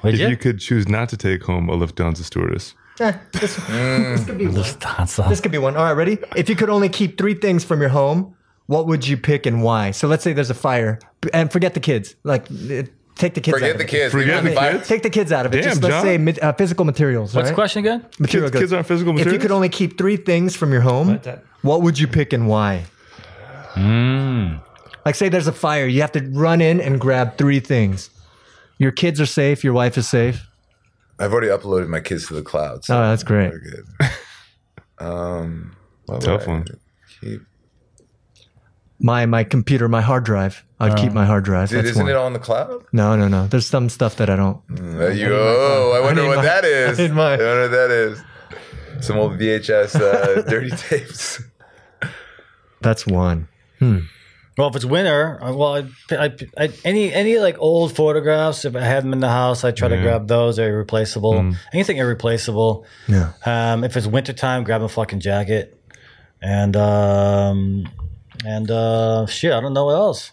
Speaker 3: would
Speaker 4: if
Speaker 3: you?
Speaker 4: you could choose not to take home a Lufthansa stewardess
Speaker 2: Eh, this, this could be one.
Speaker 3: Lufthansa.
Speaker 2: This could be one. All right, ready? If you could only keep three things from your home, what would you pick and why? So let's say there's a fire, and forget the kids. Like, eh, take the kids. out
Speaker 1: Forget
Speaker 2: of
Speaker 1: the
Speaker 2: it.
Speaker 1: kids.
Speaker 4: Forget
Speaker 1: Leave it
Speaker 4: the
Speaker 1: at
Speaker 4: kids?
Speaker 2: Take the kids out of it.
Speaker 4: Damn,
Speaker 2: Just let's
Speaker 4: John.
Speaker 2: say ma- uh, physical materials.
Speaker 3: What's the
Speaker 2: right?
Speaker 3: question again?
Speaker 2: Material
Speaker 4: Kids-
Speaker 2: goods.
Speaker 4: kids aren't physical
Speaker 2: If you could
Speaker 4: materials?
Speaker 2: only keep three things from your home, what, would you pick and why? Like, say there's a fire, you have to run in and grab three things. Your kids are safe. Your wife is safe.
Speaker 1: I've already uploaded my kids to the cloud. So
Speaker 2: Oh, that's great.
Speaker 1: we're good. Um, what
Speaker 4: Tough
Speaker 1: would I
Speaker 4: one.
Speaker 1: keep?
Speaker 2: My my computer, my hard drive. I'd keep my hard drive.
Speaker 1: Dude,
Speaker 2: That's
Speaker 1: isn't
Speaker 2: one.
Speaker 1: it all in the cloud?
Speaker 2: No, no, no. There's some stuff that I don't.
Speaker 1: There you oh, I wonder
Speaker 2: need
Speaker 1: what
Speaker 2: my-
Speaker 1: that is.
Speaker 2: I need my-
Speaker 1: wonder what that is. Some old VHS uh, dirty tapes.
Speaker 2: That's one.
Speaker 3: Well, if it's winter, I- well, I, I, I, any any like old photographs, if I have them in the house, I try to grab those. They're irreplaceable.
Speaker 4: Mm.
Speaker 3: Anything irreplaceable.
Speaker 2: Yeah.
Speaker 3: Um, if it's wintertime, grab a fucking jacket, and um, and uh, shit, I don't know what else.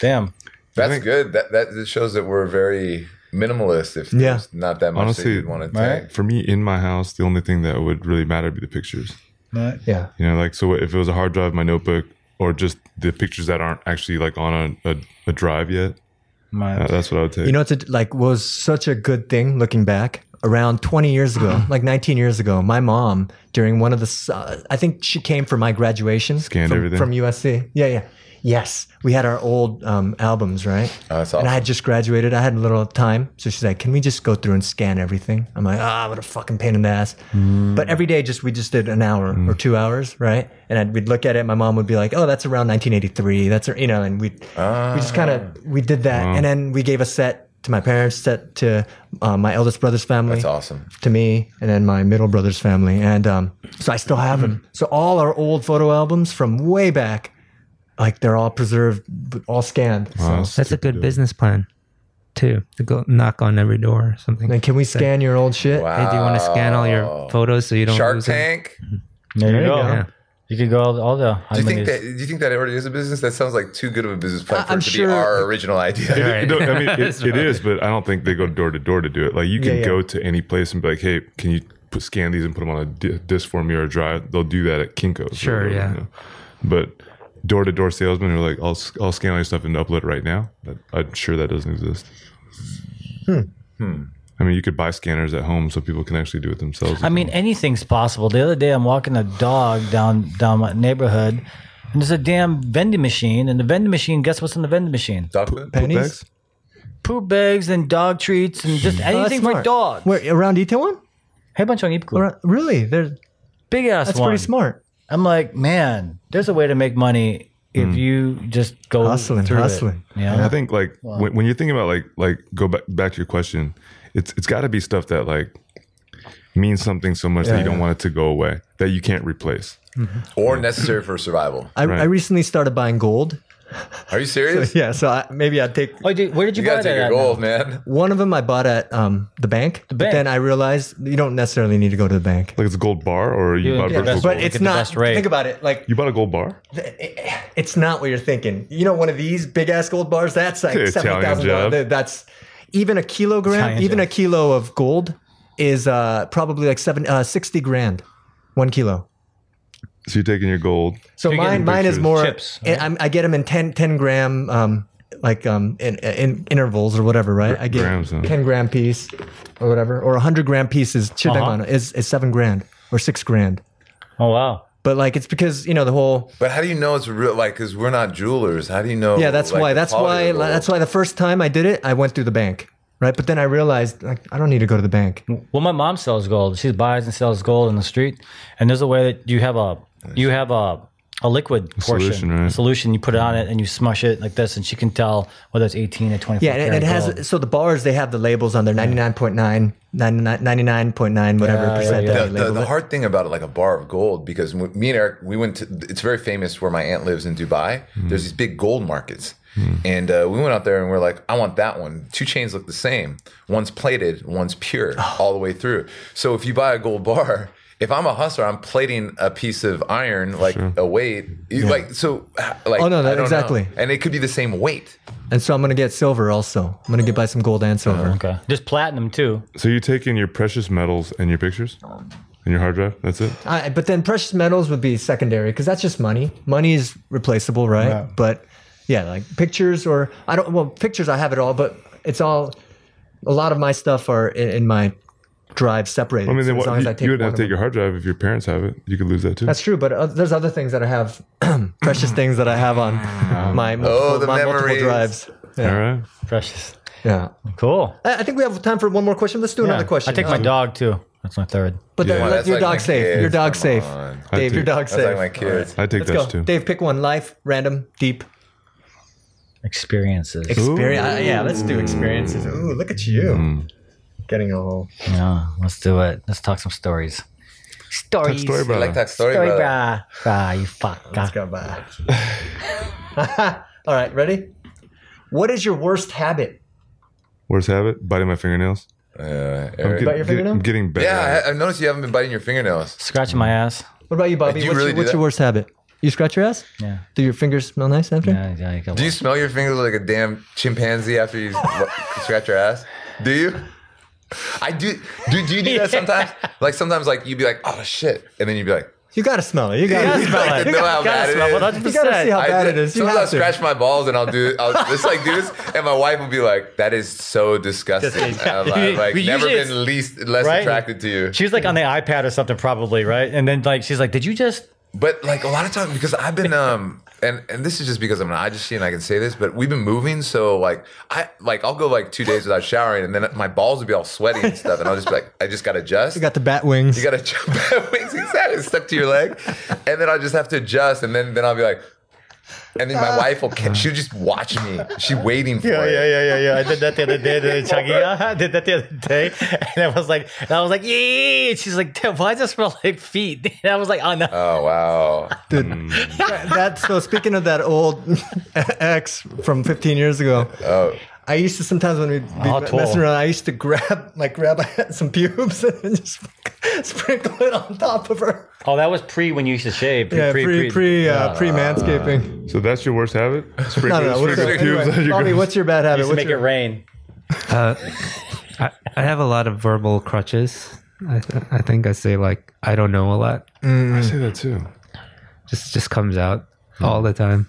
Speaker 3: Damn.
Speaker 1: That's good. That that just shows that we're very minimalist. If
Speaker 2: Yeah.
Speaker 1: there's not that much that
Speaker 4: Honestly,
Speaker 1: you'd want to
Speaker 3: right?
Speaker 1: take.
Speaker 4: for me in my house the only thing that would really matter would be the pictures
Speaker 2: Yeah.
Speaker 4: You know, like so if it was a hard drive, my notebook, or just the pictures that aren't actually like on a, a, a drive yet, uh, that's what I would take.
Speaker 2: You know, it's a, like was such a good thing looking back. Around 20 years ago, like 19 years ago, my mom during one of the, s- uh, I think she came for my graduation
Speaker 4: Scanned
Speaker 2: from,
Speaker 4: everything.
Speaker 2: from USC. Yeah, yeah, yes. We had our old um, albums, right?
Speaker 1: Oh, that's
Speaker 2: And I
Speaker 1: awesome.
Speaker 2: had just graduated. I had a little time, so she's like, "Can we just go through and scan everything?" I'm like, "Ah, what a fucking pain in the ass."
Speaker 1: Mm.
Speaker 2: But every day, just we just did an hour or two hours, right? And I'd, we'd look at it. My mom would be like, "Oh, that's around 1983. That's you know," and we we just kind
Speaker 1: Ah.
Speaker 2: of we did that, and then we gave a set to my parents, set to uh, my eldest brother's family,
Speaker 1: That's awesome.
Speaker 2: to me, and then my middle brother's family, and um, so I still have
Speaker 1: Mm.
Speaker 2: them. So all our old photo albums from way back. Like they're all preserved, all scanned. So-
Speaker 4: Wow,
Speaker 5: That's a
Speaker 4: stupid
Speaker 5: good
Speaker 4: dude.
Speaker 5: business plan, too. To go knock on every door or something.
Speaker 2: And can we scan your old shit?
Speaker 1: Wow.
Speaker 5: hey, do you want to scan all your photos so you don't
Speaker 1: oh. Shark
Speaker 5: lose them?
Speaker 1: Tank?
Speaker 3: There, you go.
Speaker 5: Yeah.
Speaker 3: You could go all, all the.
Speaker 1: Do you think that? Do you think that already is a business? That sounds like too good of a business plan
Speaker 2: I-
Speaker 1: for
Speaker 2: I'm
Speaker 1: it to
Speaker 2: sure-
Speaker 1: be our original idea.
Speaker 5: Yeah. Right.
Speaker 4: No, I mean it, it is, but I don't think they go door to door to do it. Like you can
Speaker 2: Yeah, yeah.
Speaker 4: go to any place and be like, "Hey, can you put, scan these and put them on a di- disc for me or a drive?" They'll do that at Kinko's. or
Speaker 5: Sure,
Speaker 4: whatever,
Speaker 5: yeah.
Speaker 4: But door to door salesmen are like, "I'll s- I'll scan all your stuff and upload it right now." But I'm sure that doesn't exist.
Speaker 2: Hmm.
Speaker 4: Hmm. I mean, you could buy scanners at home so people can actually do it themselves.
Speaker 3: I mean, anything's possible. The other day, I'm walking a dog down down my neighborhood, and there's a damn vending machine. And the vending machine, guess what's in the vending machine?
Speaker 1: Dog food?
Speaker 2: Pennies?
Speaker 3: Poop bags and dog treats and just
Speaker 2: Oh, that's
Speaker 3: anything for
Speaker 2: smart.
Speaker 3: dogs.
Speaker 2: Where around Itaewon?
Speaker 3: Hey, bunch on Ipku.
Speaker 2: Around, really? There's,
Speaker 3: Big ass
Speaker 2: that's
Speaker 3: one.
Speaker 2: pretty smart.
Speaker 3: I'm like, man, there's a way to make money if
Speaker 2: Hmm.
Speaker 3: you just go
Speaker 2: Hustling,
Speaker 3: through it,
Speaker 2: hustling.
Speaker 3: you know?
Speaker 4: I think like when, when you're thinking about like like go back back to your question, it's it's got to be stuff that like means something so much that you don't want it to go away that you can't replace.
Speaker 1: Or necessary for survival.
Speaker 2: I, I
Speaker 4: Right.
Speaker 2: recently started buying gold.
Speaker 1: Are you serious?
Speaker 2: Yeah, so I, maybe I'd take
Speaker 3: Oh, dude, where did you,
Speaker 1: You
Speaker 3: buy
Speaker 1: gotta
Speaker 3: that?
Speaker 1: take your
Speaker 3: at now?
Speaker 1: gold, man.
Speaker 2: one of them. I bought at um, the bank. The
Speaker 3: bank.
Speaker 2: But then I realized you don't necessarily need to go to the bank.
Speaker 4: Like it's a gold bar or you
Speaker 3: Yeah,
Speaker 4: bought a
Speaker 3: yeah,
Speaker 4: virtual
Speaker 3: that's-
Speaker 4: gold.
Speaker 2: But
Speaker 3: Get
Speaker 2: it's
Speaker 3: the
Speaker 2: not.
Speaker 3: best rate.
Speaker 2: Think about it. Like
Speaker 4: you bought a gold bar?
Speaker 2: it's not what you're thinking. You know, one of these big ass gold bars, that's like
Speaker 4: Italian
Speaker 2: seventy thousand
Speaker 4: job.
Speaker 2: dollars. That's even a kilogram,
Speaker 3: Italian
Speaker 2: even
Speaker 3: job.
Speaker 2: a kilo of gold is uh, probably like seven, uh, 60 grand, one kilo.
Speaker 4: So you're taking your gold.
Speaker 2: So
Speaker 3: you're
Speaker 2: mine,
Speaker 3: getting
Speaker 2: mine is
Speaker 4: pictures,
Speaker 2: more.
Speaker 3: chips,
Speaker 2: I- I'm, I get them in 10, 10 gram, um, like um, in, in intervals or whatever, right? I get
Speaker 4: grams, huh?
Speaker 2: ten gram piece or whatever, or a hundred gram piece is,
Speaker 3: Uh-huh.
Speaker 2: is is seven grand or six grand.
Speaker 3: Oh wow.
Speaker 2: But like it's because you know the whole
Speaker 1: But how do you know it's real? Like, because we're not jewelers. How do you know?
Speaker 2: Yeah, that's
Speaker 1: like,
Speaker 2: why.
Speaker 1: the
Speaker 2: That's
Speaker 1: quality
Speaker 2: why.
Speaker 1: of the
Speaker 2: That's
Speaker 1: gold?
Speaker 2: why the first time I did it, I went through the bank, right? But then I realized like I don't need to go to the bank.
Speaker 3: Well, my mom sells gold. She buys and sells gold in the street, and there's a way that you have a you have a a liquid portion
Speaker 4: solution, right?
Speaker 3: solution. You put it on it and you smush it like this, and she can tell whether it's 18 or 24.
Speaker 2: Yeah, and it, it
Speaker 3: karat
Speaker 2: has
Speaker 3: gold.
Speaker 2: so the bars they have the labels on there 99.9, 99.9, whatever
Speaker 3: Yeah,
Speaker 2: percent.
Speaker 3: yeah,
Speaker 2: that
Speaker 1: The,
Speaker 2: they
Speaker 1: the,
Speaker 2: label
Speaker 1: the
Speaker 2: it.
Speaker 1: hard thing about it, like a bar of gold, because when- me and Eric, we went to, it's very famous where my aunt lives in Dubai.
Speaker 2: Hmm.
Speaker 1: There's these big gold markets. And uh, we went out there and we're like, I want that one. Two chains look the same. One's plated, one's pure, all the way through. So if you buy a gold bar, if I'm a hustler, I'm plating a piece of iron, like a weight. You- Like, so, like,
Speaker 2: Oh, no,
Speaker 1: I
Speaker 2: that-
Speaker 1: don't know.
Speaker 2: exactly.
Speaker 1: And it could be the same weight.
Speaker 2: And so I'm gonna get silver also. I'm gonna get buy some gold and silver.
Speaker 3: Okay, there's platinum too.
Speaker 4: So you're taking your precious metals and your pictures and your hard drive. That's it.
Speaker 2: I, but then precious metals would be secondary because that's just money. Money is replaceable, right? But yeah, like pictures or I don't. Well, pictures I have it all, but it's all. A lot of my stuff are in, in my drive separated.
Speaker 4: I mean, then
Speaker 2: so as
Speaker 4: what,
Speaker 2: long
Speaker 4: you,
Speaker 2: as I take
Speaker 4: you would
Speaker 2: one
Speaker 4: have
Speaker 2: of
Speaker 4: to take
Speaker 2: them.
Speaker 4: your hard drive if your parents have it. You could lose that too.
Speaker 2: That's true, but uh, there's other things that I have, precious things that I have on
Speaker 4: Um,
Speaker 2: my multiple,
Speaker 1: Oh, the
Speaker 2: my multiple
Speaker 1: memories.
Speaker 2: drives.
Speaker 4: All right.
Speaker 3: Precious.
Speaker 2: Yeah,
Speaker 3: Cool.
Speaker 2: I, I think we have time for one more question. Let's do another
Speaker 3: Yeah.
Speaker 2: question. Uh,
Speaker 3: I take my dog too. That's my third.
Speaker 2: But then
Speaker 4: Yeah.
Speaker 2: let
Speaker 1: That's
Speaker 2: your
Speaker 1: like
Speaker 2: dog
Speaker 1: my
Speaker 2: safe.
Speaker 1: kids,
Speaker 2: Your dog
Speaker 1: come
Speaker 2: safe.
Speaker 1: on.
Speaker 4: I
Speaker 2: Dave, your
Speaker 4: do.
Speaker 2: dog
Speaker 1: That's like
Speaker 2: safe.
Speaker 1: my kids.
Speaker 4: I take
Speaker 2: Let's go.
Speaker 4: that too.
Speaker 2: Dave, pick one. Life, random, deep.
Speaker 3: Experiences.
Speaker 2: Experience. uh, yeah, let's do experiences. Ooh, look at you.
Speaker 1: Hmm.
Speaker 2: Getting all.
Speaker 3: Yeah, let's do it. Let's talk some stories.
Speaker 4: Talk
Speaker 3: Stories.
Speaker 4: story,
Speaker 1: I
Speaker 4: brother.
Speaker 1: like that story,
Speaker 3: Story,
Speaker 1: brother.
Speaker 3: brah. Brah, you fuck.
Speaker 2: Let's go by. all right, ready? What is your worst habit?
Speaker 4: Worst habit: biting my fingernails.
Speaker 1: Yeah,
Speaker 4: I'm,
Speaker 1: Eric.
Speaker 4: get-
Speaker 2: Bite your
Speaker 4: get-
Speaker 2: fingernail?
Speaker 4: I'm getting better. at
Speaker 1: yeah,
Speaker 4: it.
Speaker 1: I, I've noticed you haven't been biting your fingernails.
Speaker 3: Scratching my ass.
Speaker 2: What about you,
Speaker 1: Do
Speaker 2: Bobby?
Speaker 1: you
Speaker 2: what's
Speaker 1: really
Speaker 2: your,
Speaker 1: do
Speaker 2: what's your
Speaker 1: that?
Speaker 2: worst habit? You scratch your ass?
Speaker 3: Yeah.
Speaker 2: Do your fingers smell nice after?
Speaker 3: Yeah, yeah, you got
Speaker 1: Do you
Speaker 3: one.
Speaker 1: smell your fingers like a damn chimpanzee after you s- scratch your ass? Do you? I do. Do, do you do that sometimes? Like sometimes, like you'd be like, "Oh shit," and then you'd be like,
Speaker 2: You gotta smell it. You gotta,
Speaker 1: You gotta
Speaker 2: You
Speaker 1: know
Speaker 2: gotta-
Speaker 1: how bad it
Speaker 3: smell
Speaker 1: is.
Speaker 3: it.
Speaker 2: you gotta see how bad it is. You
Speaker 1: sometimes I'll
Speaker 2: have to.
Speaker 1: scratch my balls and I'll do. I'll just like do this, and my wife will be like, "That is so disgusting."
Speaker 3: Disgusting.
Speaker 1: And I'm like, like,
Speaker 3: Usually
Speaker 1: never
Speaker 3: it's-
Speaker 1: been least less
Speaker 3: Right?
Speaker 1: attracted to you.
Speaker 3: She was like on the iPad or something, probably, right? And then like she's like, "Did you just?"
Speaker 1: But like a lot of times, because I've been um, and and this is just because I'm an Ajaxi and I can say this, but we've been moving, so like I like I'll go like two days without showering, and then my balls will be all sweaty and stuff, and I'll just be like, I just got to adjust.
Speaker 2: You got the bat wings.
Speaker 1: You gotta jump out wings exactly it's stuck to your leg, and then I'll just have to adjust, and then then I'll be like, and then
Speaker 2: Uh.
Speaker 1: my wife will ca- she'll just watch me, she waiting for it.
Speaker 3: Oh, yeah, yeah, yeah. I did that the other day. The Chucky, I did that the other day, and I was like, and I was like, "Yeah." And she's like, "Damn, why does it smell like feet?" And I was like, "Oh no."
Speaker 1: Oh wow!
Speaker 2: Dude,
Speaker 1: Hmm.
Speaker 2: that- that so speaking of that old ex from 15 years ago.
Speaker 1: Oh.
Speaker 2: I used to sometimes when we'd be
Speaker 3: How
Speaker 2: me-
Speaker 3: tall?
Speaker 2: messing around, I used to grab like grab some pubes and then just sprinkle it on top of her.
Speaker 3: Oh, that was pre when you used to shave.
Speaker 2: Yeah, pre pre pre, uh, pre manscaping.
Speaker 4: So that's your worst habit? Sprinkle,
Speaker 2: no, no. What's
Speaker 4: sprinkle
Speaker 2: your,
Speaker 4: pubes on
Speaker 2: anyway,
Speaker 4: your
Speaker 2: Bobby,
Speaker 4: grass.
Speaker 2: what's your bad habit?
Speaker 3: used to
Speaker 2: What's
Speaker 3: make
Speaker 2: your-
Speaker 3: it rain.
Speaker 5: I, I have a lot of verbal crutches. I, th- I think I say like I don't know a lot.
Speaker 4: I say that too.
Speaker 5: Hmm. Just just comes out all the time.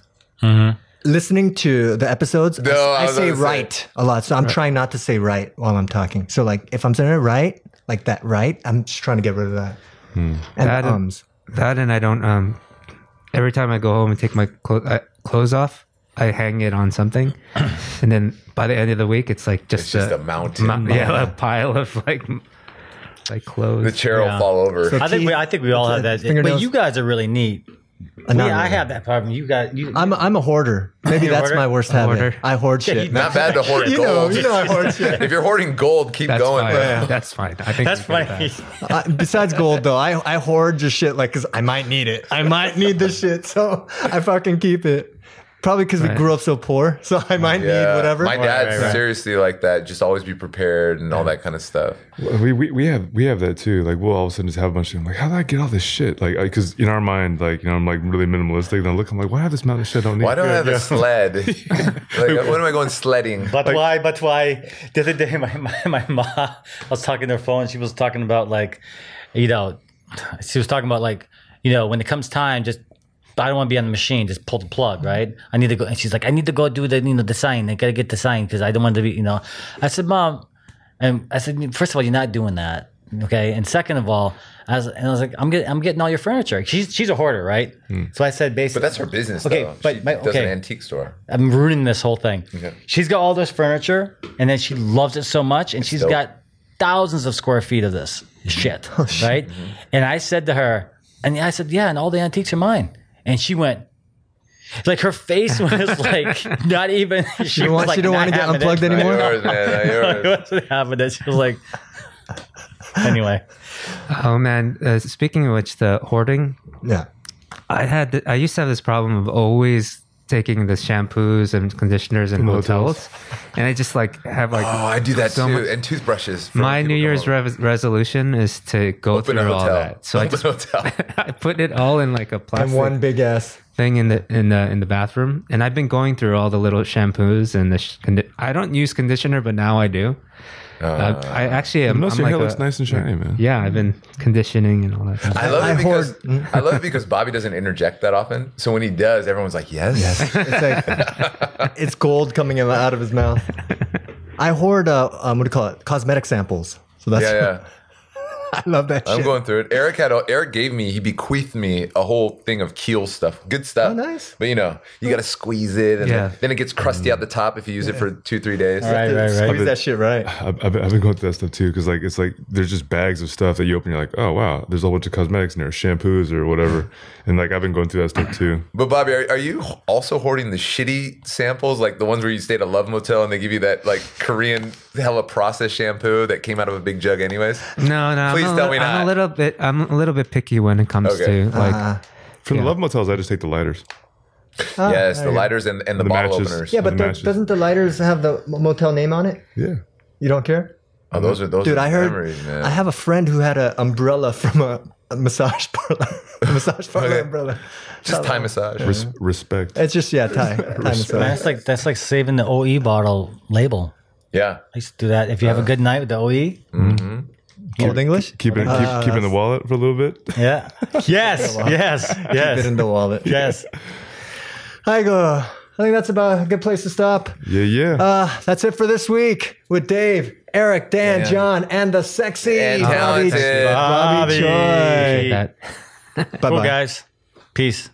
Speaker 2: listening to the episodes, I-
Speaker 1: No, I
Speaker 2: I,
Speaker 1: was
Speaker 2: say
Speaker 1: gonna say-
Speaker 2: right a lot. So I'm trying not to say right while I'm talking. So like if I'm saying it right, like that right, I'm just trying to get rid of that. And
Speaker 5: That
Speaker 2: the
Speaker 5: and-
Speaker 2: ums.
Speaker 5: That and I don't. Um, every time I go home and take my clo- I, clothes off, I hang it on something, and then by the end of the week, it's like just,
Speaker 1: It's just a mountain.
Speaker 5: mo- yeah, a pile of like like clothes.
Speaker 1: the chair will fall over.
Speaker 2: So-
Speaker 3: I think we, I think we all have that. But
Speaker 2: Fingernails.
Speaker 3: you guys are really neat.
Speaker 2: not
Speaker 3: yeah, I
Speaker 2: really.
Speaker 3: have that problem. You got you.
Speaker 2: I'm I'm a hoarder. Maybe
Speaker 3: You
Speaker 2: that's
Speaker 3: hoarder?
Speaker 2: my worst habit.
Speaker 5: Hoarder.
Speaker 2: I hoard shit.
Speaker 3: you-
Speaker 1: Not bad to hoard
Speaker 2: You
Speaker 1: gold.
Speaker 2: know, you know I hoard shit.
Speaker 1: if you're hoarding gold, keep
Speaker 5: That's
Speaker 1: going.
Speaker 5: fine.
Speaker 1: bro.
Speaker 5: That's fine. I think
Speaker 3: that's
Speaker 5: we got
Speaker 3: funny.
Speaker 5: that.
Speaker 2: I, besides gold though, I I hoard just shit like because I might need it. I might need this shit, so I fucking keep it. Probably because we
Speaker 5: Right.
Speaker 2: grew up so poor, so I might need whatever.
Speaker 1: My dad's
Speaker 4: right, right.
Speaker 1: seriously like that. Just always be prepared and all that kind of stuff.
Speaker 4: We, we we have we have that too. Like we'll all of a sudden just have a bunch of I'm like, how did I get all this shit? Like because in our mind, like you know, I'm like really minimalistic. Then I look, I'm like, why do I have this mountain of shit? I don't need.
Speaker 1: Why don't I
Speaker 4: Yeah,
Speaker 1: have
Speaker 4: yeah.
Speaker 1: a sled? like, when am I going sledding?
Speaker 3: But why? But why? The other day, my my, my mom, I was talking to her phone. She was talking about like, you know, she was talking about like, you know, when it comes time, just I don't want to be on the machine. Just pull the plug, right? I need to go. And she's like, I need to go do the you know the sign. I gotta get the sign because I don't want to be you know. I said, Mom, and I said, first of all, you're not doing that, okay. And second of all, I was and I was like, I'm getting I'm getting all your furniture. She's she's a hoarder, right? So I said, basically,
Speaker 1: Hmm. But that's her business.
Speaker 3: Okay,
Speaker 1: though.
Speaker 3: but
Speaker 1: she
Speaker 3: my-
Speaker 1: does
Speaker 3: okay.
Speaker 1: an antique store.
Speaker 3: I'm ruining this whole thing.
Speaker 1: Okay.
Speaker 3: She's got all this furniture, and then she loves it so much, and she's
Speaker 1: dope.
Speaker 3: got thousands of square feet of this
Speaker 2: Oh,
Speaker 3: shit,
Speaker 2: Mm-hmm.
Speaker 3: right? And I said to her, and I said, "Yeah, and all the antiques are mine." And she went, like her face was like not even. She,
Speaker 2: You
Speaker 3: was
Speaker 2: want-
Speaker 3: like,
Speaker 2: you don't
Speaker 3: not
Speaker 2: want to get
Speaker 3: having it.
Speaker 2: unplugged
Speaker 1: I
Speaker 2: anymore.
Speaker 1: yours, man. I
Speaker 3: It
Speaker 1: yours.
Speaker 3: wasn't happening. She was like, anyway.
Speaker 5: Oh man! Uh, speaking of which, the hoarding.
Speaker 2: Yeah.
Speaker 5: I had. th- I used to have this problem of always taking the shampoos and conditioners in hotels, and I just like have like.
Speaker 1: Oh, I do that
Speaker 5: so
Speaker 1: too.
Speaker 5: much-
Speaker 1: and toothbrushes. for
Speaker 5: my
Speaker 1: people
Speaker 5: New
Speaker 1: come
Speaker 5: Year's
Speaker 1: over.
Speaker 5: rev resolution is to go
Speaker 1: Open a
Speaker 5: through
Speaker 1: hotel.
Speaker 5: all that. So I
Speaker 1: Open
Speaker 5: just
Speaker 1: a hotel.
Speaker 5: I put it all in like a plastic
Speaker 2: And one big ass.
Speaker 5: thing in the in the in the bathroom, and I've been going through all the little shampoos and the. Sh- condi- I don't use conditioner, but now I do. Uh, I actually am.
Speaker 4: Most
Speaker 5: I'm
Speaker 4: of your hair
Speaker 5: like
Speaker 4: looks
Speaker 5: a-
Speaker 4: nice and shiny, man.
Speaker 5: Yeah, I've been conditioning and all that. Stuff.
Speaker 1: I love
Speaker 2: I
Speaker 1: it because
Speaker 2: hoard-
Speaker 1: I love it because Bobby doesn't interject that often. So when he does, everyone's like, "Yes."
Speaker 2: Yes. It's like it's gold coming in- out of his mouth. I hoard uh, um, what do you call it? Cosmetic samples. So that's
Speaker 1: Yeah, yeah.
Speaker 2: I love that
Speaker 1: I'm
Speaker 2: shit.
Speaker 1: going through it. Eric had all, Eric gave me he bequeathed me a whole thing of Keel stuff, good stuff.
Speaker 2: Oh, nice.
Speaker 1: But you know, you got to squeeze it, and
Speaker 5: Yeah.
Speaker 1: then, then it gets crusty out the top if you use it for two three days.
Speaker 3: All right, right, right.
Speaker 2: Squeeze that shit right.
Speaker 4: I've, I've, been- I've been going through that stuff too because like it's like there's just bags of stuff that you open you're like oh wow there's a whole bunch of cosmetics in there shampoos or whatever and like I've been going through that stuff too
Speaker 1: But Bobby, are, are you also hoarding the shitty samples, like the ones where you stay at a love motel and they give you that like Korean hella processed shampoo that came out of a big jug, anyways?
Speaker 5: No, no.
Speaker 1: Please
Speaker 5: I'm a,
Speaker 1: tell
Speaker 5: li-
Speaker 1: me
Speaker 5: I'm
Speaker 1: not.
Speaker 5: a little bit. I'm a little bit picky when it comes
Speaker 1: Okay.
Speaker 5: to like.
Speaker 4: Uh, from the love motels I just take the lighters
Speaker 2: Ah,
Speaker 1: yes, the lighters and, and the,
Speaker 4: The
Speaker 1: bottle
Speaker 4: matches.
Speaker 1: openers.
Speaker 2: Yeah, but
Speaker 4: The
Speaker 2: the,
Speaker 4: matches.
Speaker 2: doesn't the lighters have the motel name on it?
Speaker 4: yeah
Speaker 2: You don't care?
Speaker 1: Oh, those are those.
Speaker 2: Dude,
Speaker 1: are
Speaker 2: I heard.
Speaker 1: memories, man.
Speaker 2: I have a friend who had an umbrella from a, a massage parlor. a massage parlor
Speaker 1: Okay.
Speaker 2: umbrella.
Speaker 1: just Thai massage.
Speaker 4: Res- respect
Speaker 2: It's just yeah, Thai. Thai massage.
Speaker 3: That's like that's like saving the OE bottle label.
Speaker 1: Yeah,
Speaker 3: I used to do that. If you have a
Speaker 2: Uh.
Speaker 3: good night with the E, OE,
Speaker 2: Old English.
Speaker 4: keep it keep, keep it in the wallet for a little bit
Speaker 3: yeah, yes, yes,
Speaker 2: Get
Speaker 3: yes,
Speaker 2: in the wallet.
Speaker 3: yes.
Speaker 2: I go. I think that's about a good place to stop.
Speaker 4: yeah yeah
Speaker 2: Uh, that's it for this week with Dave, Eric, Dan,
Speaker 1: Dan.
Speaker 2: John, and the sexy
Speaker 1: and
Speaker 2: Bobby,
Speaker 1: talented.
Speaker 2: Bobby
Speaker 3: Bobby.
Speaker 2: Choi.
Speaker 5: that
Speaker 2: Bye-bye.
Speaker 3: Cool guys. Peace.